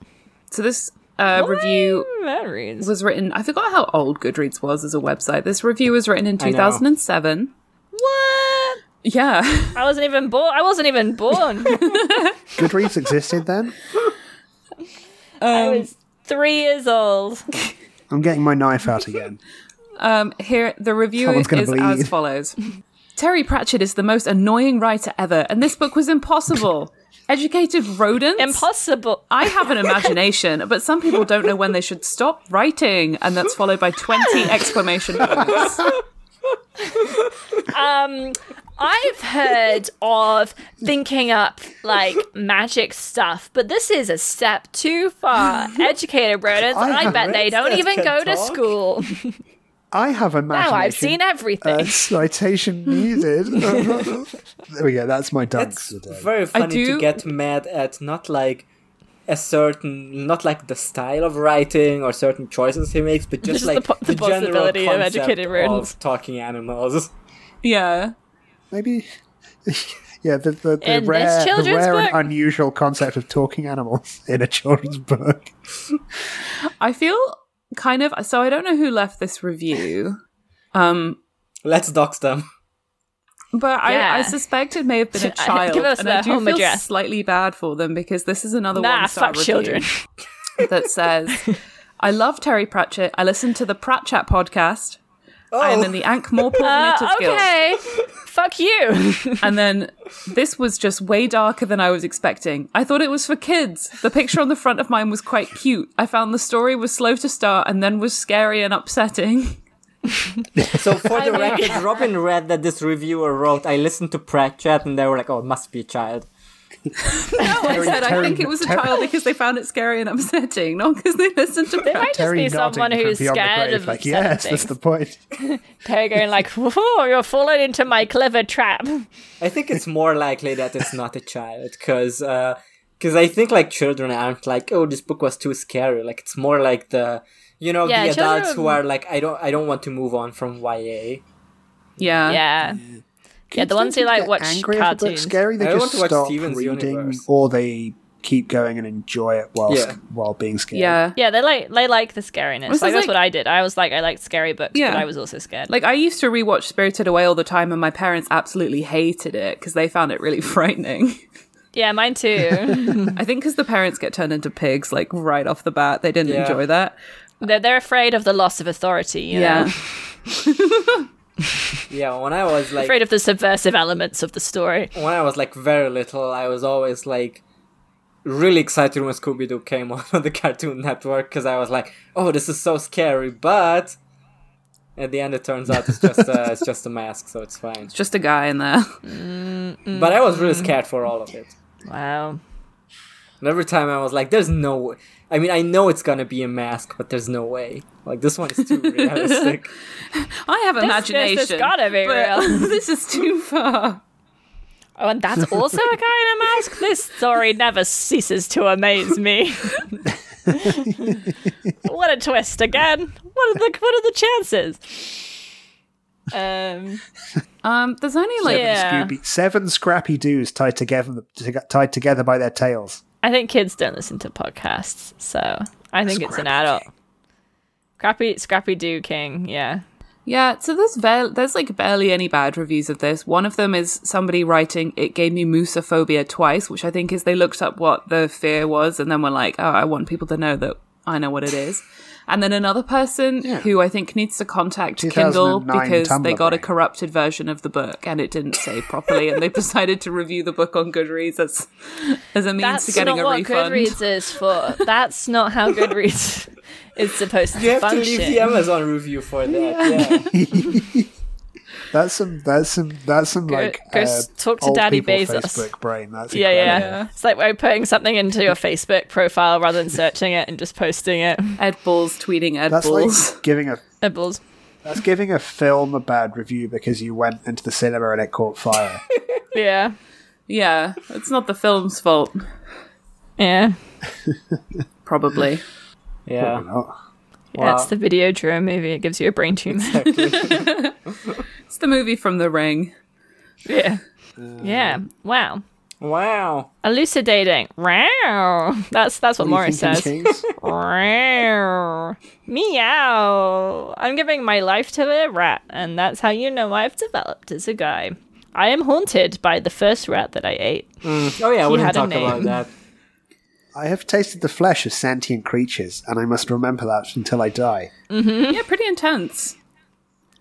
So this uh, review
That reads.
was written. I forgot how old Goodreads was as a website. This review was written in
know.
2007.
What?
Yeah.
I wasn't even born I wasn't even born.
Goodreads existed then.
I was three years old.
I'm getting my knife out again.
Um, here, the review
Someone's gonna
is
bleed.
as follows Terry Pratchett is the most annoying writer ever, and this book was impossible. Educated rodents?
Impossible.
I have an imagination, but some people don't know when they should stop writing, and that's followed by 20 exclamation points.
I've heard of thinking up like magic stuff, but this is a step too far. Educated rodents,
I
I,
have
bet they
read
don't
that
even
can
go to
talk.
school.
I have a
Now I've seen everything.
uh, citation needed. there we go. That's my dunk
It's
today.
very funny to
do-
get mad at not like a certain, not like the style of writing or certain choices he makes, but just,
Just the
like
po- the
general
possibility of
concept
educated rodents.
of talking animals.
Yeah.
Maybe. Yeah, the, the, the
In this
rare, the
children's
rare and
book?
unusual concept of talking animals in a children's book.
I feel kind of. So I don't know who left this review. Um,
Let's dox them.
But
Yeah.
I, I suspect it may have been a
Give
child,
us
and I
their
do
home
feel
address.
slightly bad for them because this is another
nah,
one-star
fuck
review
children.
that says, "I love Terry Pratchett. I listen to the Pratchett podcast. I am in the Ankh-Morpork
Uh,
Knitters Guild."
okay, fuck you.
And then this was just way darker than I was expecting. I thought it was for kids. The picture on the front of mine was quite cute. I found the story was slow to start and then was scary and upsetting.
So for the
mean-
record, Robin read that this reviewer wrote, I listened to Pratchett and they were like, oh, it must be a child.
No, I said I
Terry-
think it was a
Terry-
child because they found it scary and upsetting, not because they listened to Pratchett.
might just
Terry
be someone
nodding from
who's
beyond the
scared
grave,
of
like,
certain
yes, that's
things."
the point.
They're going like, whoa, you're falling into my clever trap.
Uh-huh.
I think it's more likely that it's not a child, because I think like children aren't like, oh, this book was too scary. Like it's more like the, you know,
Yeah,
the
children
adults who
would-
are like, I don't, I don't want to move on from YA.
Yeah,
Yeah.
yeah,
Kids
the ones
don't just
who like
get
watch
angry if a book's
cartoons.
scary. They
I
just
want to watch
stop
Steven's
reading,
universe.
or they keep going and enjoy it while
Yeah.
while being scared.
Yeah.
Yeah, they like they like the scariness.
This
Like,
is
that's
like-
what I did. I was like, I liked scary books,
Yeah.
but I was also scared.
Like I used to rewatch Spirited Away all the time, and my parents absolutely hated it because they found it really frightening.
yeah, mine too.
I think because the parents get turned into pigs like right off the bat, they didn't
Yeah.
enjoy that.
They're, they're afraid of the loss of authority. You
Yeah.
know?
Yeah, when I was like,
afraid of the subversive elements of the story.
when I was like very little, I was always like really excited when Scooby Doo came on on the Cartoon Network because I was like, oh, this is so scary, but. At the end, it turns out it's just uh, it's just a mask, so it's fine.
Just a guy in there.
Mm.
But I was really scared for all of it.
Wow.
And every time I was like, there's no way. I mean, I know it's gonna be a mask, but there's no way. Like, this one is too realistic.
I have
this-
imagination.
this gotta be
but
real.
this is too far.
Oh, and that's also a kind of mask. This story never ceases to amaze me. what a twist again! What are the what are the chances? Um,
Um, there's only like
yeah.
Scooby, seven scrappy doos tied together, tied together by their tails.
I think kids don't listen to podcasts, so I think it's an adult. Crappy, Scrappy Doo King, yeah.
Yeah, so there's bar- there's like barely any bad reviews of this. One of them is somebody writing, "It gave me moosophobia twice," which I think is they looked up what the fear was and then were like, "Oh, I want people to know that I know what it is." And then another person who I think needs to contact Kindle
2009
because they
Tumblr
got a
brain.
corrupted version of the book and it didn't save properly, and they decided to review the book on Goodreads as as a means to
That's
getting
not
a
what
refund.
Goodreads is for. That's not how Goodreads is supposed to
You have
function.
to leave the Amazon review for that. Yeah.
That's some. That's some. That's some like. uh,
go s- talk to
old
Daddy
people
Bezos.
Facebook brain. That's
yeah, yeah,
incredible.
It's like we're putting something into your Facebook profile rather than searching it and just posting it.
Ed Balls tweeting Ed
That's
Balls.
like giving a.
Nibbles.
That's giving a film a bad review because you went into the cinema and it caught fire.
Yeah,
yeah, it's not the film's fault,
yeah.
probably.
yeah.
Probably not.
That's the video drew movie. It gives you a brain tumor.
It's the movie from The Ring.
yeah, yeah. Wow.
Wow.
Elucidating. Wow. That's that's what Morris
You
says.
thinking things?
Meow. Meow. I'm giving my life to a rat, and that's how you know I've developed as a guy. I am haunted by the first rat that I ate.
Oh yeah, we didn't
had a
talk about
name.
that.
I have tasted the flesh of sentient creatures, and I must remember that until I die.
Yeah, pretty intense.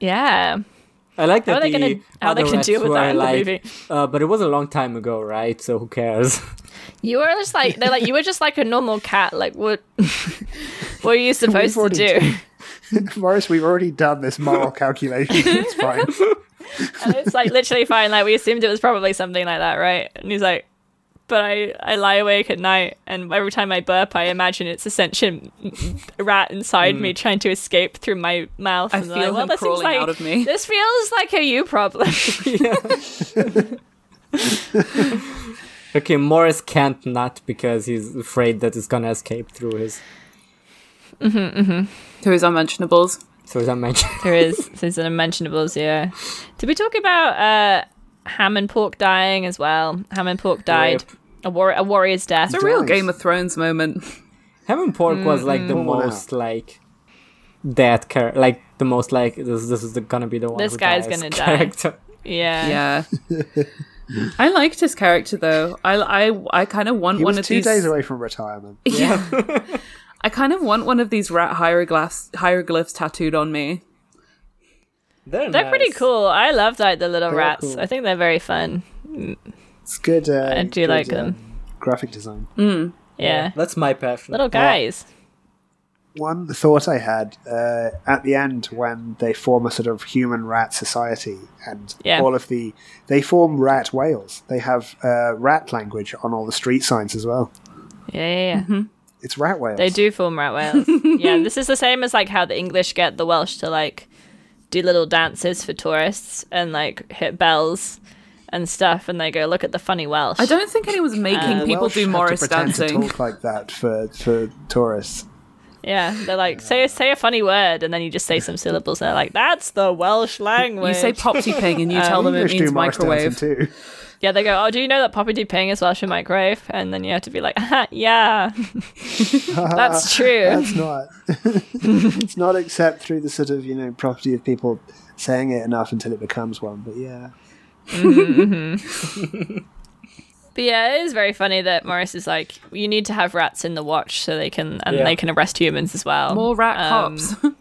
Yeah.
I like that
How are they
the
gonna how are they
other
gonna deal
rats
with
were
that in
like,
the movie?
Uh, but it was a long time ago, right? So who cares?
You were just like they're like you were just like a normal cat. Like what what are you supposed to
already
do?
Morris, we've already done this moral calculation. It's fine.
And it's like literally fine. Like we assumed it was probably something like that, right? And he's like, but I I lie awake at night, and every time I burp, I imagine it's a sentient rat inside me trying to escape through my mouth.
Mm. I
and they're like,
feel
well,
him
this seems
crawling
like-
out of me.
This feels like a you problem.
okay, Morris can't not because he's afraid that it's gonna escape through his.
Who is Unmentionables?
So as I mentioned,
there is there's an unmentionables. Yeah. Did we talk about uh, ham and pork dying as well? Ham and pork died.
Rip.
A, war- a warrior's death.
It's a real
Nice.
Game of Thrones moment.
Hammond Pork was like the
one out.
most like that char- like the most like this this is the, gonna be the one.
This
who
guy's
dies
gonna die.
character.
Yeah.
Yeah. I liked his character though. I I, I kind of want
He
one
was
of
two
these.
days away from retirement.
I kind of want one of these rat hieroglyphs hieroglyphs tattooed on me.
They're,
They're
nice.
pretty cool. I love like the little
They're
rats.
cool.
I think they're very fun.
It's good. Uh,
I do
good,
like
um,
them.
Graphic design.
Yeah.
That's my passion.
Little guys.
One thought I had uh, at the end when they form a sort of human rat society, and
Yeah.
all of the they form rat whales. They have uh, rat language on all the street signs as well.
Yeah, yeah, yeah.
Mm-hmm.
It's rat whales.
They do form rat whales. yeah, this is the same as like how the English get the Welsh to like do little dances for tourists and like hit bells and stuff, and they go look at the funny Welsh.
I don't think anyone's making
The
people
Uh, Welsh
do
have to
Morris
pretend To
dancing.
talk like that for for tourists.
Yeah, they're like say say a funny word, and then you just say some syllables. And they're like, that's the Welsh language.
You say popty ping and you tell them it
Uh, English
means
do Morris
microwave.
dancing too.
yeah, they go, oh, do you know that poppy ping is Welsh for microwave? And then you have to be like, "Aha, yeah, that's true.
It's not. it's not except through the sort of you know property of people saying it enough until it becomes one. But yeah,
But yeah, it is very funny that Morris is like, you need to have rats in the watch so they can and
Yeah.
they can arrest humans as well.
More rat
Um,
cops.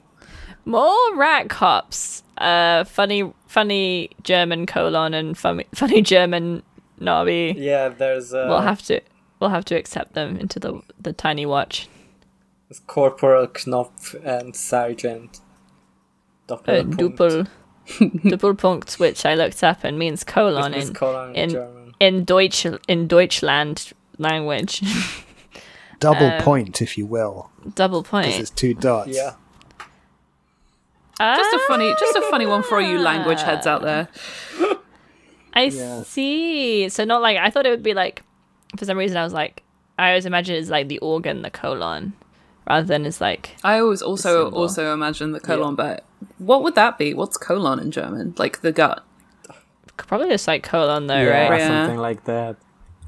More rat cops. Uh, funny, funny German colon and funny, funny German knobby.
Yeah, there's uh,
We'll have to, we'll have to accept them into the the tiny watch.
Corporal Knopf and Sergeant.
Uh,
Doppelpunkt.
Doppel, Doppelpunkt, which I looked up and means colon
It's
in
colon in
in-
German.
in Deutsch in Deutschland language.
double
Uh,
point, if you will,
Double
eh.
because
point.
it's two dots.
Yeah.
just a funny, just a funny one for all you language heads out there.
Ah, I see. So not like I thought it would be like for some reason I was like I always imagine it's like the organ, the colon. rather than as like
I always also
symbol.
also imagine the colon, but what would that be? What's colon in German? Like the gut.
probably just like colon though,
yeah,
right?
Yeah.
something like that.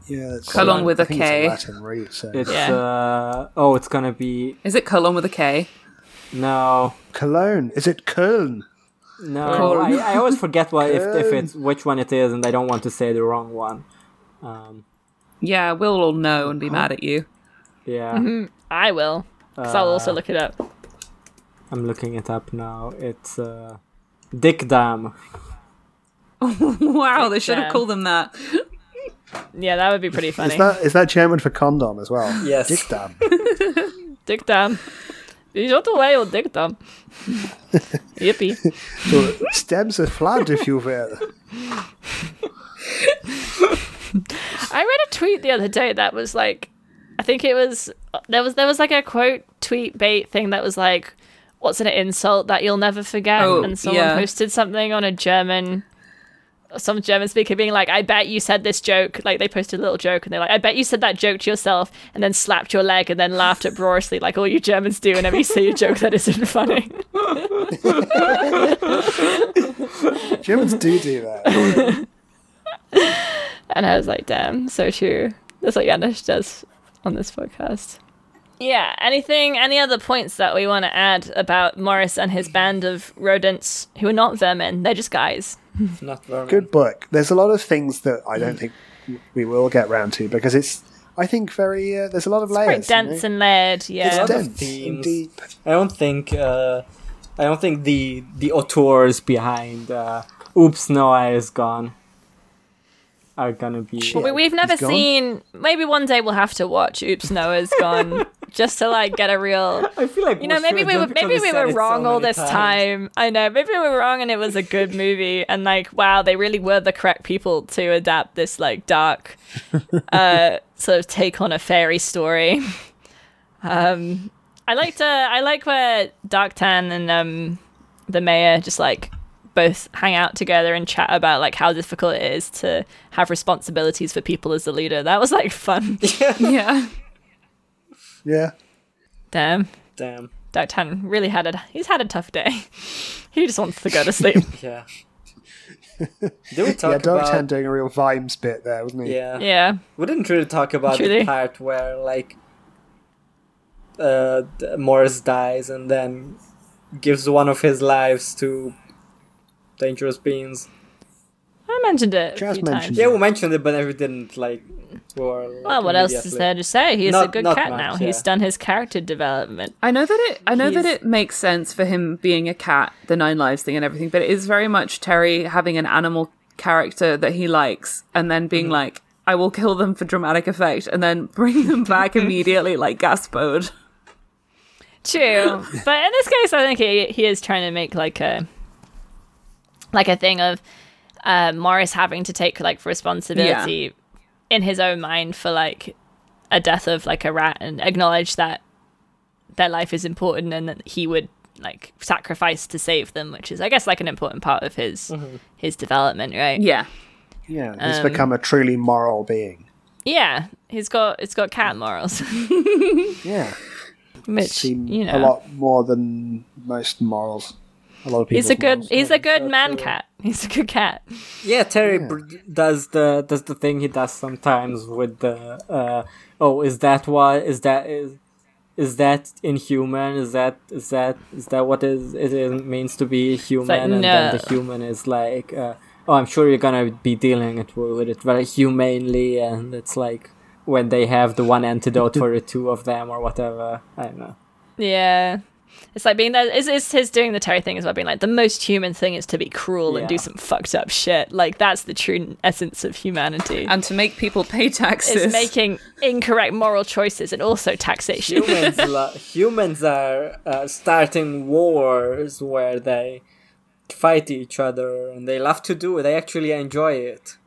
Yeah, that's I
Colon with a
think it's
K.
Latin root, so.
It's
Yeah.
uh oh, it's gonna be
Is it colon with a K?
no,
Cologne. Is it Köln?
no.
Corn.
I, I always forget what if, if
Corn.
it's which one it is, and I don't want to say the wrong one. Um,
Yeah, we'll all know and be mad at you.
yeah,
Mm-hmm. I will, because I'll
Uh.
also look it up.
I'm looking it up now. It's uh, Dick Dam.
wow, they should have
Damn.
called them that.
Yeah, that would be pretty funny.
Is that is that German for condom as well?
Yes.
Dick dam.
Dick dam. He's not the way or dick dam. Yippee.
so, stems are flat, if you will.
I read a tweet the other day that was like, I think it was there was there was like a quote tweet bait thing that was like, "What's an insult that you'll never forget?"
Oh,
and someone
yeah.
posted something on a German, some German speaker being like, "I bet you said this joke." Like they posted a little joke and they're like, "I bet you said that joke to yourself," and then slapped your leg and then laughed uproariously like all you Germans do whenever you say a joke that isn't funny.
Germans do do that.
And I was like, damn, so true. That's what Janusz does on this podcast. Yeah, anything, any other points that we want to add about Morris and his band of rodents who are not vermin, they're just guys.
Not very
Good book. There's a lot of things that I
Mm.
don't think we will get round to because it's, I think, very. Uh, there's a lot of
Quite
layers.
dense and layered, yeah.
lot of
dense and
themes.
deep.
I don't think uh, I don't think the the auteurs behind uh, Oops No I is gone are gonna be
Shit.
we, we've never
He's gone.
seen, maybe one day we'll have to watch Oops Noah's Gone just to like get a real.
I feel like
You know, maybe we were maybe we were wrong all this time. I know, maybe we were wrong, and it was a good movie. And like, wow, they really were the correct people to adapt this like dark, uh, sort of take on a fairy story. Um, I liked uh, I like where Dark Tan and um, the mayor just like both hang out together and chat about like how difficult it is to have responsibilities for people as the leader. That was like fun.
Yeah.
Yeah.
Damn.
Damn.
Dark Tan really had a he's had a tough day. He just wants to go to sleep.
Yeah. Did we talk
yeah, Dog
about?
Tan doing a real vibes bit there, wasn't he?
yeah.
yeah.
We didn't really talk about
Truly.
the part where like uh, d- Morris dies and then gives one of his lives to dangerous beings.
I mentioned it. a
Just
few
mentioned
times.
it.
Yeah, we mentioned it, but we didn't like. Or, like,
Well, what else is
immediately.
there to say? He's a
Not-
good
not
cat
much,
now.
yeah.
He's done his character development.
I know that it I know that
He's-
it makes sense for him being a cat, the nine lives thing and everything, but it is very much Terry having an animal character that he likes and then being like, I will kill them for dramatic effect and then bring them back immediately like Gaspode.
True, but in this case, I think he he is trying to make like a like a thing of uh, Morris having to take like responsibility in his own mind for like a death of like a rat and acknowledge that their life is important and that he would like sacrifice to save them, which is I guess like an important part of his his development, right?
Yeah.
Yeah.
Um,
He's become a truly moral being.
Yeah, he's got it's got cat morals,
Yeah.
which
Seem
you know
a lot more than most morals. A lot of people.
he's a good he's a good man
uh,
cat. He's a good cat.
Yeah, Terry br- does the does the thing he does sometimes with the uh, oh is that what is that is is that inhuman is that is that is that what is it is- means to be human and then the
no.
human is like uh, oh I'm sure you're gonna be dealing it with it very humanely and it's like when they have the one antidote for the two of them or whatever I don't know
Yeah. It's like being that is is his doing the Terry thing as well, being like the most human thing is to be cruel and do
Yeah.
some fucked up shit. Like that's the true essence of humanity.
And to make people pay taxes.
Is making incorrect moral choices and also taxation.
humans lo- humans are uh, starting wars where they fight each other and they love to do it they actually enjoy it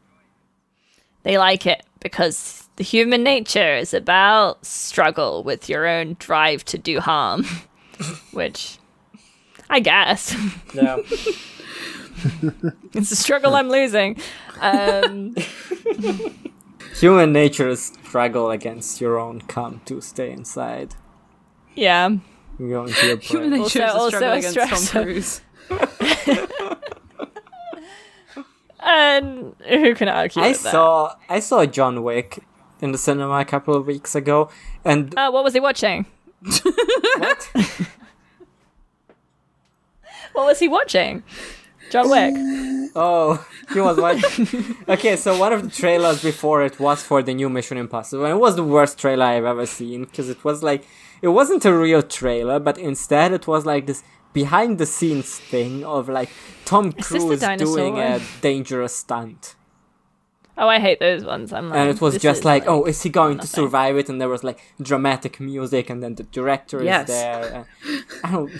they like it because the human nature is about struggle with your own drive to do harm, which I guess
yeah
it's a struggle I'm losing. Um,
human nature is struggle against your own come to stay inside
Yeah.
You're going to your brain.
They
Also-
chose a
also
struggle
a
against Tom
stressor.
Cruise.
And who can argue
I
with that?
saw I saw John Wick in the cinema a couple of weeks ago, and
Uh, what was he watching?
what?
What was he watching? John Wick.
Oh, he was watching. okay, so one of the trailers before it was for the new Mission Impossible, and it was the worst trailer I've ever seen because it was like it wasn't a real trailer, but instead it was like this behind the scenes thing of like Tom
the
Cruise
dinosaur
doing a
one?
dangerous stunt.
Oh, I hate those ones. I'm like,
and it was
Um, this
just
is
like, oh, is he going to
nothing.
survive it? And there was like dramatic music, and then the director
Yes.
is there. and- I don't.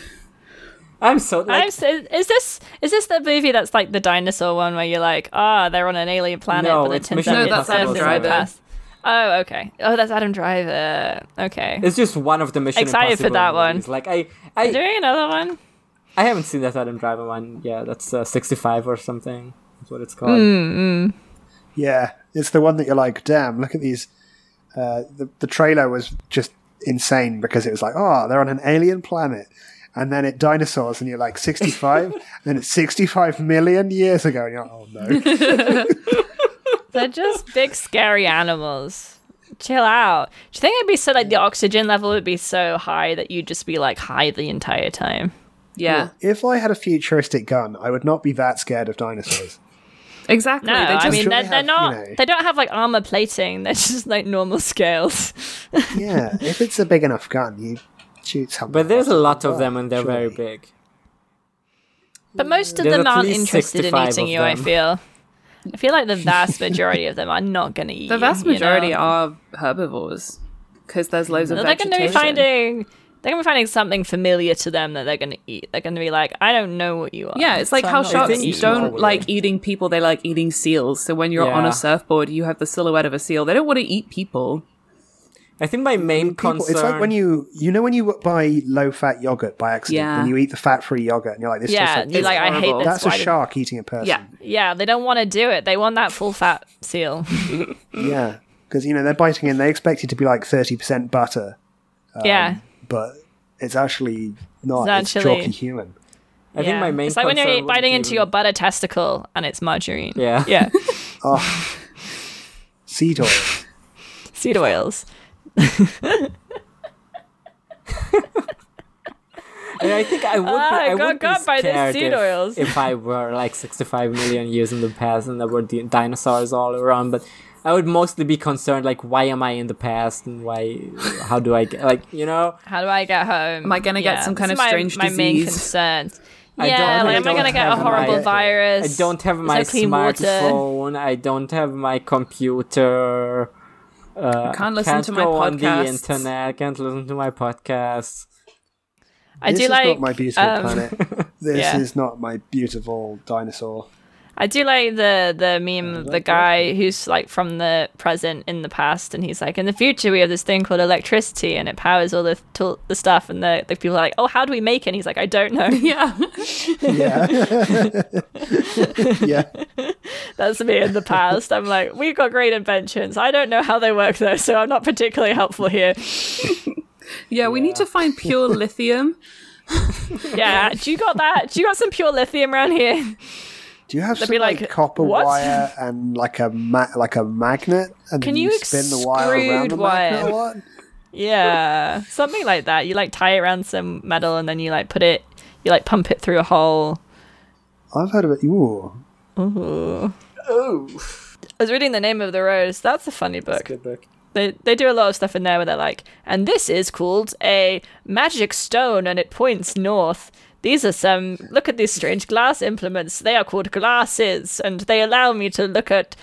I'm so like,
I'm s- is this is this the movie that's like the dinosaur one where you're like, ah, they're on an alien planet,
No,
but it
it's
turns
Mission
out it's
Impossible
Earth in the
Driver.
past. Oh, okay. Oh, that's Adam Driver. Okay.
it's just one of the Mission
Excited for
Impossible
that one.
movies. Like I, I,
Doing another one?
I haven't seen that Adam Driver one. Yeah, that's uh, 65 or something. That's what it's called.
Hmm.
Yeah, it's the one that you're like, damn, look at these. Uh, the, the trailer was just insane because it was like, oh, they're on an alien planet. And then it dinosaurs, and you're like 65, and then it's 65 million years ago, and you're like, oh no.
They're just big scary animals. Chill out. Do you think it'd be so like the oxygen level would be so high that you'd just be like high the entire time?
Yeah,
if I had a futuristic gun, I would not be that scared of dinosaurs.
exactly.
No,
they just
I mean
sure
they're,
they
they're
have,
not.
you know-
They don't have like armor plating. They're just like normal scales.
Yeah, if it's a big enough gun, you shoot something.
But there's a lot of
Yeah,
them, and they're very
surely.
big.
But most of
There's
them
at
aren't
least
interested in
65
eating
of
you. I
them.
feel. I feel like the vast majority of them are not going to eat.
the vast
you, you
majority
know?
are herbivores because there's loads of
They're going to be
vegetation.
finding. They're going to be finding something familiar to them that they're going to eat. They're going to be like, I don't know what you are.
Yeah, it's like
so I'm
how
not gonna
sharks
eat
eat
you,
don't
probably.
like eating people; they like eating seals. So when you're on
Yeah.
a surfboard, you have the silhouette of a seal. They don't want to eat people.
I think my main
People-
concern.
It's like when you you know when you buy low fat yogurt by accident,
Yeah.
and you eat the fat free yogurt, and you're like, this
Yeah,
tastes
you're
like,
like, I hate
horrible.
this.
that's a
why did-
shark eating a person.
Yeah,
Yeah, they don't want to do it. They want that full fat seal.
Yeah, because you know they're biting in. They expect it to be like thirty percent butter,
Um,
yeah.
but it's actually not.
It's
it's
actually-
chalky human.
I think my main
It's like when you're
concern
eat-
would
biting
be-
into your butter testicle and it's margarine.
Yeah.
Yeah.
Ah. Seed oil.
Seed oils.
And I think I would be,
Ah,
I
got
would be
got by the
scared
seed
if,
oils.
if I were like 65 million years in the past and there were di- dinosaurs all around. But I would mostly be concerned like, why am I in the past and why? How do I get like you know?
How do I get home? Am
I gonna get some kind of strange
my, My main
disease?
concern.
I
Yeah,
don't-
like,
I
am I gonna
don't
get a
have
horrible
my- I
virus?
don't have
Is
my
there clean water?
smartphone. I don't have my computer. Uh,
Can't listen
can't
to my
go on the
podcasts.
internet. Can't listen to my podcasts.
I
this
do
is
like.
not my beautiful
um,
planet. This
yeah.
is not my beautiful dinosaur.
I do like the the meme of the guy who's like from the present in the past, and he's like, in the future we have this thing called electricity, and it powers all the tool the stuff, and the, the people are like, oh, how do we make it? And he's like, I don't know.
yeah.
Yeah, yeah.
That's me in the past. I'm like, we've got great inventions. I don't know how they work though, so I'm not particularly helpful here.
Yeah, we need to find pure lithium.
Yeah, do you got that? Do you got some pure lithium around here?
Do you have some
be
like,
like,
copper
"What?"
wire and like a ma- like a magnet? And
Can
then
you
spin the wire around the
extrude wire?
magnet a lot?
Yeah, something like that. You like tie it around some metal and then you like put it, you like pump it through a hole.
I've heard of it. Ooh,
I was reading The Name of the Rose. That's a funny book. They, they do a lot of stuff in there where they're like, and this is called a magic stone and it points north. These are some, look at these strange glass implements. They are called glasses and they allow me to look at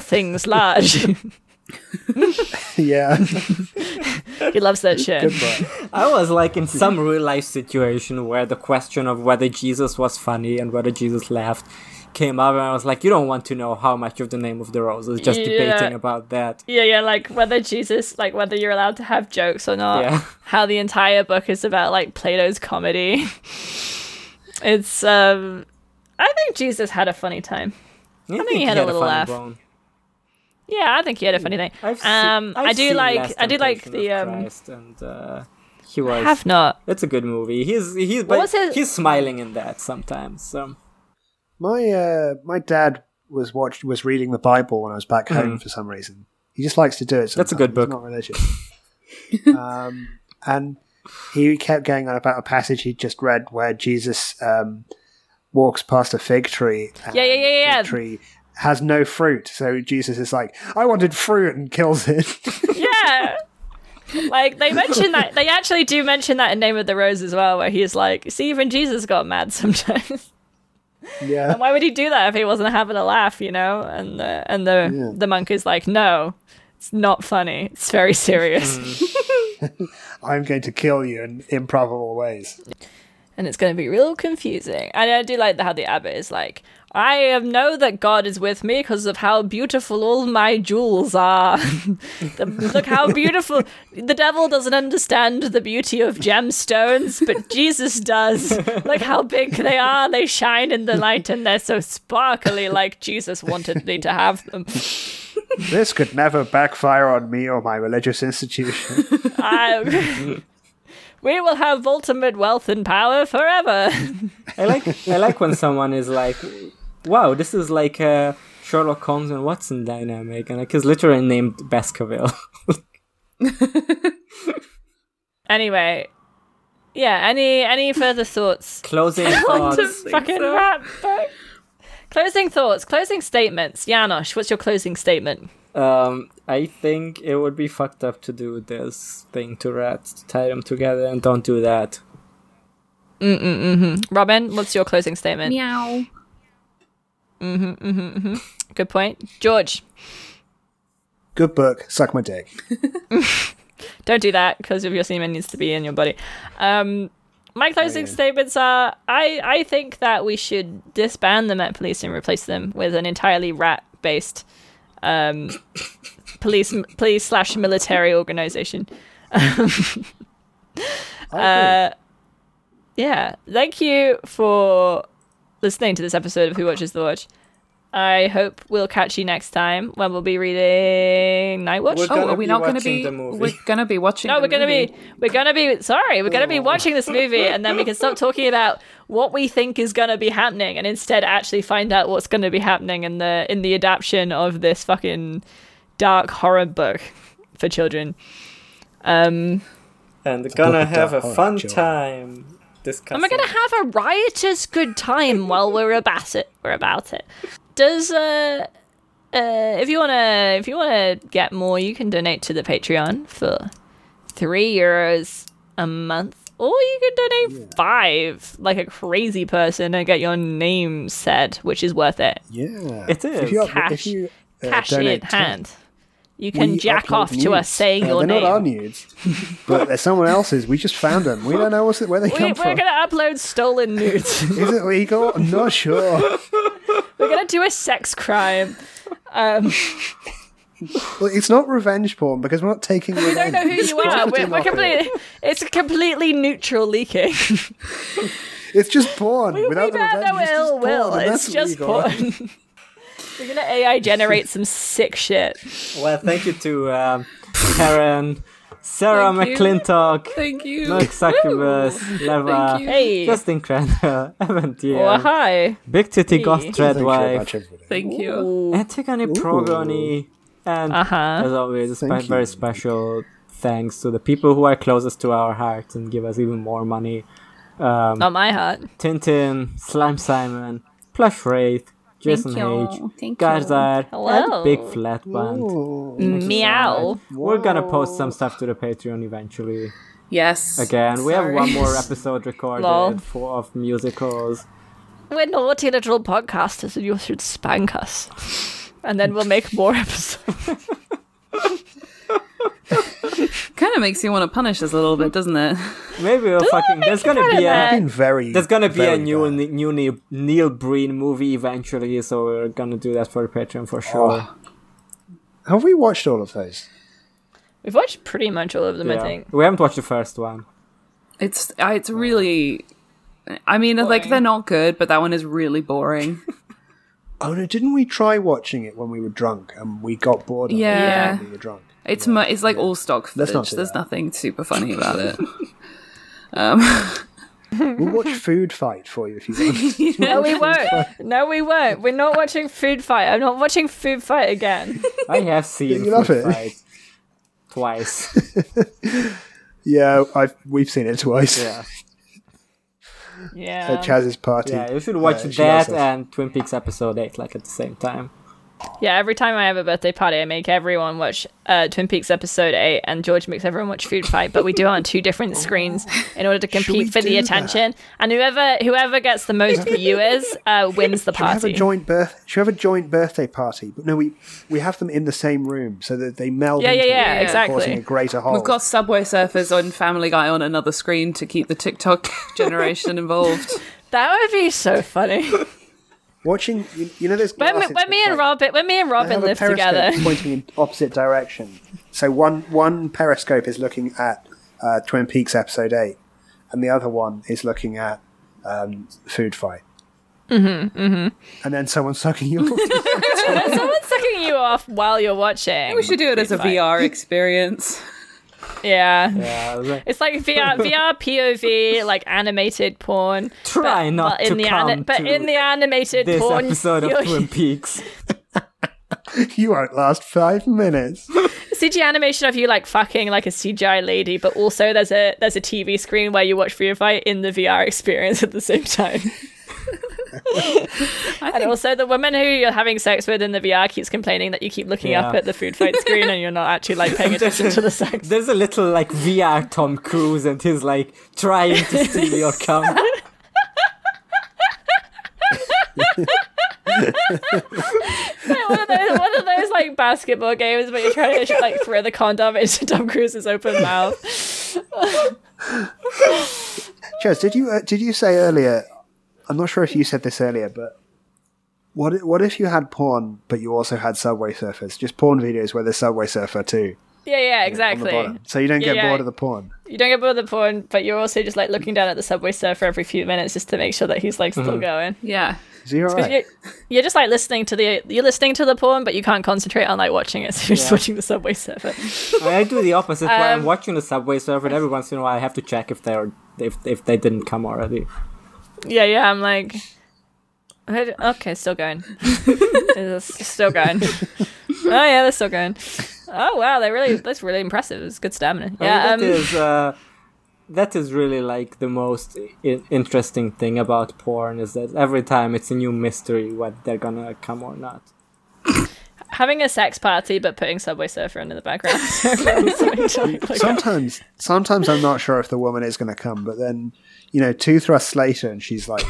things large.
yeah.
he loves that shit.
I was like in some real life situation where the question of whether Jesus was funny and whether Jesus laughed came up, and I was like, you don't want to know how much of the name of the rose is just
Yeah.
debating about that.
Yeah, yeah, like whether Jesus, like whether you're allowed to have jokes or not.
Yeah.
How the entire book is about like Plato's comedy. it's, um, I think Jesus had a funny time.
I think,
he had a little
funny
laugh.
bone.
Yeah, I think he had a funny thing.
Mm, I've seen,
um,
I've
I do
seen
like
Last
I do like
Temptation
the
of
um,
Christ and uh, He was.
Have not.
It's a good movie. He's he's but
was his-
he's smiling in that sometimes. So
My uh, my dad was watched was reading the Bible when I was back home for some reason. He just likes to do it. Sometimes.
That's a good
He's
book.
not religious. um, and he kept going on about a passage he'd just read where Jesus um, walks past a fig tree. And
Yeah, yeah, yeah,
the
yeah, yeah.
Fig tree has no fruit, so Jesus is like, "I wanted fruit," and kills it.
Yeah. Like they mention that they actually do mention that in Name of the Rose as well, where he's like, "See, even Jesus got mad sometimes.
yeah,
and why would he do that if he wasn't having a laugh, you know?" And the and the
Yeah.
the monk is like, "No, it's not funny. It's very serious,
I'm going to kill you in improbable ways.
and it's going to be real confusing." And I do like how the abbot is like, "I am know that God is with me because of how beautiful all my jewels are. The- look how beautiful. The devil doesn't understand the beauty of gemstones, but Jesus does. Look how big they are. They shine in the light, and they're so sparkly, like Jesus wanted me to have them."
This could never backfire on me or my religious institution.
I, Um, we will have ultimate wealth and power forever.
I like I like when someone is like, "Wow, this is like a Sherlock Holmes and Watson dynamic," and like he's literally named Baskerville.
anyway, yeah. Any any further thoughts?
Closing
On to
thoughts.
fucking wrap back. Closing thoughts, closing statements. Janosch, what's your closing statement?
Um, I think it would be fucked up to do this thing to rats, to tie them together, and don't do that.
Robin, what's your closing statement?
Meow.
Good point. George,
Good book. Suck my dick.
don't do that because of your semen needs to be in your body. Um, my closing statements are: I I think that we should disband the Met Police and replace them with an entirely rat-based um, police police slash military organization.
I agree.
Yeah, thank you for listening to this episode of Who Watches the Watch. I hope we'll catch you next time when we'll be reading Night Watch.
We're
Oh,
gonna
are we
be
not going to
watching
be?
the movie.
We're going to be watching.
No,
the
we're gonna
movie.
be we're gonna be sorry, we're gonna
Oh.
be watching this movie and then we can stop talking about what we think is gonna be happening and instead actually find out what's gonna be happening in the in the adaptation of this fucking dark horror book for children. Um
And
book
gonna
of
have a
dark
fun
joy.
Oh
time. Discussing.
and we're gonna have a riotous good time while we're about it. We're about it. Does uh, uh if you wanna if you wanna get more, you can donate to the Patreon for three euros a month, or you can donate five like a crazy person and get your name said, which is worth it.
yeah,
It is.
If you,
Cash-
if you uh,
Cash in
donate
hand. You
time,
can
we
jack
upload
off to us
nudes.
saying
Uh,
your
they're
name.
not our nudes, but they're someone else's. We just found them. We don't know what's, where they
we,
come
we're
from.
gonna upload stolen nudes.
Is it legal? I'm not sure.
we're gonna do a sex crime. Um,
Well, it's not revenge porn because we're not taking. We
don't know who you are. We're, we're completely, it's completely neutral leaking.
It's just porn
we
without the
bear
revenge.
no
it's just
ill
porn,
will.
and
It's
that's
just
illegal.
porn. We're gonna AI generate some sick shit.
Well, thank you to um, Karen, Sarah
Thank you.
McClintock,
Thank you.
Mark Zuckerberg, Leva,
Thank you.
Hey,
Justin Crandall, Evan
oh,
Dier,
hi.
Big Titty Goth
Hey.
Thank you very
Dreadwife,
much, everybody.
Thank you.
Antigone Progony, and
Uh huh.
as always, a
Thank
spe- very
you.
special thanks to the people who are closest to our hearts and give us even more money. Um,
Not my heart.
Tintin, Slime Simon, Plush Wraith, Jason H,
Thank
Garzar,
Hello.
and Big Flat Band.
Meow.
We're gonna post some stuff to the Patreon eventually.
Yes.
Again, we have one
Sorry.
more episode recorded
Lol.
for of musicals.
We're naughty little podcasters, and you should spank us. And then we'll make more episodes.
Kind of makes you want to punish us a little bit, doesn't it?
Maybe we'll fucking there's gonna
fun
be
of
a
that.
Been very.
there's gonna be a
very
new
bad.
new Neil, Neil Breen movie eventually, so we're gonna do that for the Patreon for sure.
Oh. Have we watched all of those?
We've watched pretty much all of them, I
Yeah.
think.
We haven't watched the first one.
It's I- it's really. I mean, like
Boring.
they're not good, but that one is really boring.
Oh no, didn't we try watching it when we were drunk and we got bored? Of
Yeah.
it when we were drunk.
It's mu- it's like all stock
Let's
footage.
not do
There's
that.
nothing super funny about it. Um,
We'll watch Food Fight for you if you want.
No, we won't. No, we won't. We're not watching Food Fight. I'm not watching Food Fight again.
I have seen
You love
Food
it.
Fight twice.
yeah, I've, we've seen it twice
Yeah,
Yeah. Um,
at Chaz's party.
yeah. You should watch
Uh, she
that
loves it.
and Twin Peaks episode eight like at the same time.
Yeah, every time I have a birthday party, I make everyone watch uh, Twin Peaks episode eight, and George makes everyone watch Food Fight, but we do it on two
Oh.
different screens in order to
we
compete for
do
the
that?
attention. And whoever whoever gets the most viewers uh, wins the
Should we have a
party.
joint birth? Should we have a joint birthday party? But no, we we have them in the same room so that they meld.
Yeah, yeah,
into
yeah,
it,
exactly.
Causing a greater hole.
We've got Subway Surfers on Family Guy on another screen to keep the TikTok generation involved.
That would be so funny.
watching. You, you know, there's
When,
glasses
when me
that's
and
like-
Robin, when me and
they
Robin
have a
live
periscope
together,
pointing in opposite direction. So one one periscope is looking at uh, Twin Peaks episode eight, and the other one is looking at um, Food Fight. Mm-hmm, mm-hmm. And then someone's sucking you.
someone's sucking you off while you're watching.
we should do it as a VR experience.
Yeah.
Yeah, I was like,
It's like VR, VR POV, like animated porn.
Try not
in
to
the
come
But
to
in the animated
this
porn,
episode of
you're-
Twin Peaks.
you won't last five minutes.
CG animation of you like fucking like a CGI lady, but also there's a there's a TV screen where you watch Free Fight in the VR experience at the same time. and also, the woman who you're having sex with in the VR keeps complaining that you keep looking up
Yeah.
at the food fight screen and you're not actually like paying attention to the sex.
There's a little like VR Tom Cruise and he's like trying to steal your cum.
one of those one of those like basketball games where you're trying to like throw the condom into Tom Cruise's open mouth.
Chaz, did you uh, did you say earlier? I'm not sure if you said this earlier, but what i- what if you had porn, but you also had Subway Surfers? Just porn videos where there's Subway Surfer too
Yeah, yeah,
on the
exactly.
bottom, so you don't
Yeah,
get
yeah.
bored of the porn.
you don't get bored of the porn, but you're also just like looking down at the subway surfer every few minutes just to make sure that he's like
Mm-hmm.
still going.
Yeah.
Is he all right?
Because you're, you're just like listening to the you're listening to the porn, but you can't concentrate on like watching it. So you're just watching the Subway Surfer.
I I do the opposite. While I'm
Um,
watching the subway surfer, and every once in a while I have to check if they're if if they didn't come already.
yeah, yeah. I'm like, I- okay, still going. it's still going. oh yeah, they're still going. Oh wow, they really that's really impressive. It's good stamina.
Oh,
I mean,
Yeah,
that
um,
is, uh, that is really like the most I- interesting thing about porn is that every time it's a new mystery whether they're gonna come or not.
having a sex party but putting Subway Surfer in the background. Like,
Sometimes, sometimes I'm not sure if the woman is going to come, but then you know, two thrusts later, and she's like,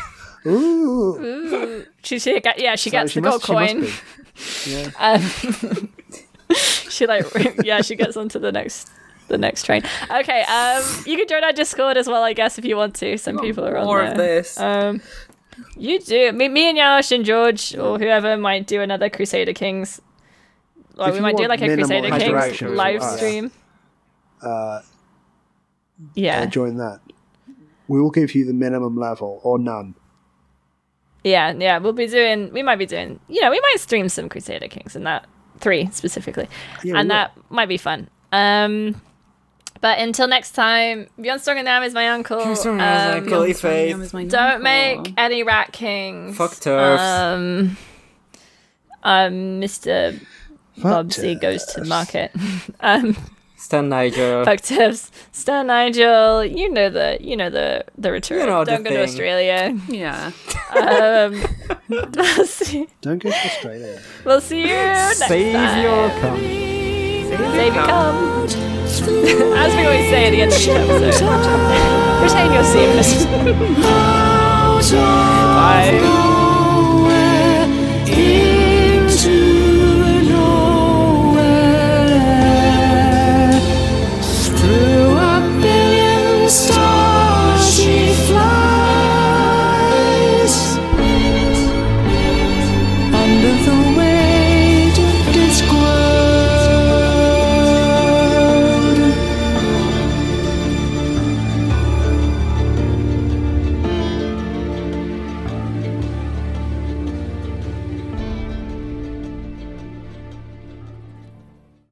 "Ooh,
she, she get- yeah she
So
gets
she
the gold
must, she must be."
coin. Um, she like yeah, she gets onto the next the next train. Okay, um, you can join our Discord as well, I guess, if you want to. Some people are on
Oh, More
there.
of this.
Um, you do. Me, me and Yash and George or whoever might do another Crusader Kings. Like
If
we
you
might do
want
like a
minimal
Crusader Kings
interaction with
live
us,
stream. yeah.
Uh, join that. We will give you the minimum level or none.
Yeah, yeah, we'll be doing. We might be doing. You know, we might stream some Crusader Kings and that three specifically,
Yeah, we
and
will.
that might be fun. Um, but until next time, Beyond Strong and Nam is my uncle. Um, Don't make any Rat Kings.
Fuck turfs.
Um, um, Mr.
Fuck
Bobsy goes to
turfs.
market. um,
Stan Niger.
fuck tips. Stan Nigel, you know the you know the the return.
You know the
Don't go to
thing.
Australia.
Yeah.
Um, we'll see.
Don't go to Australia.
We'll see you next time.
Save your cum.
Save your cum. As we always say at the end of each episode, retain your seamless. Bye.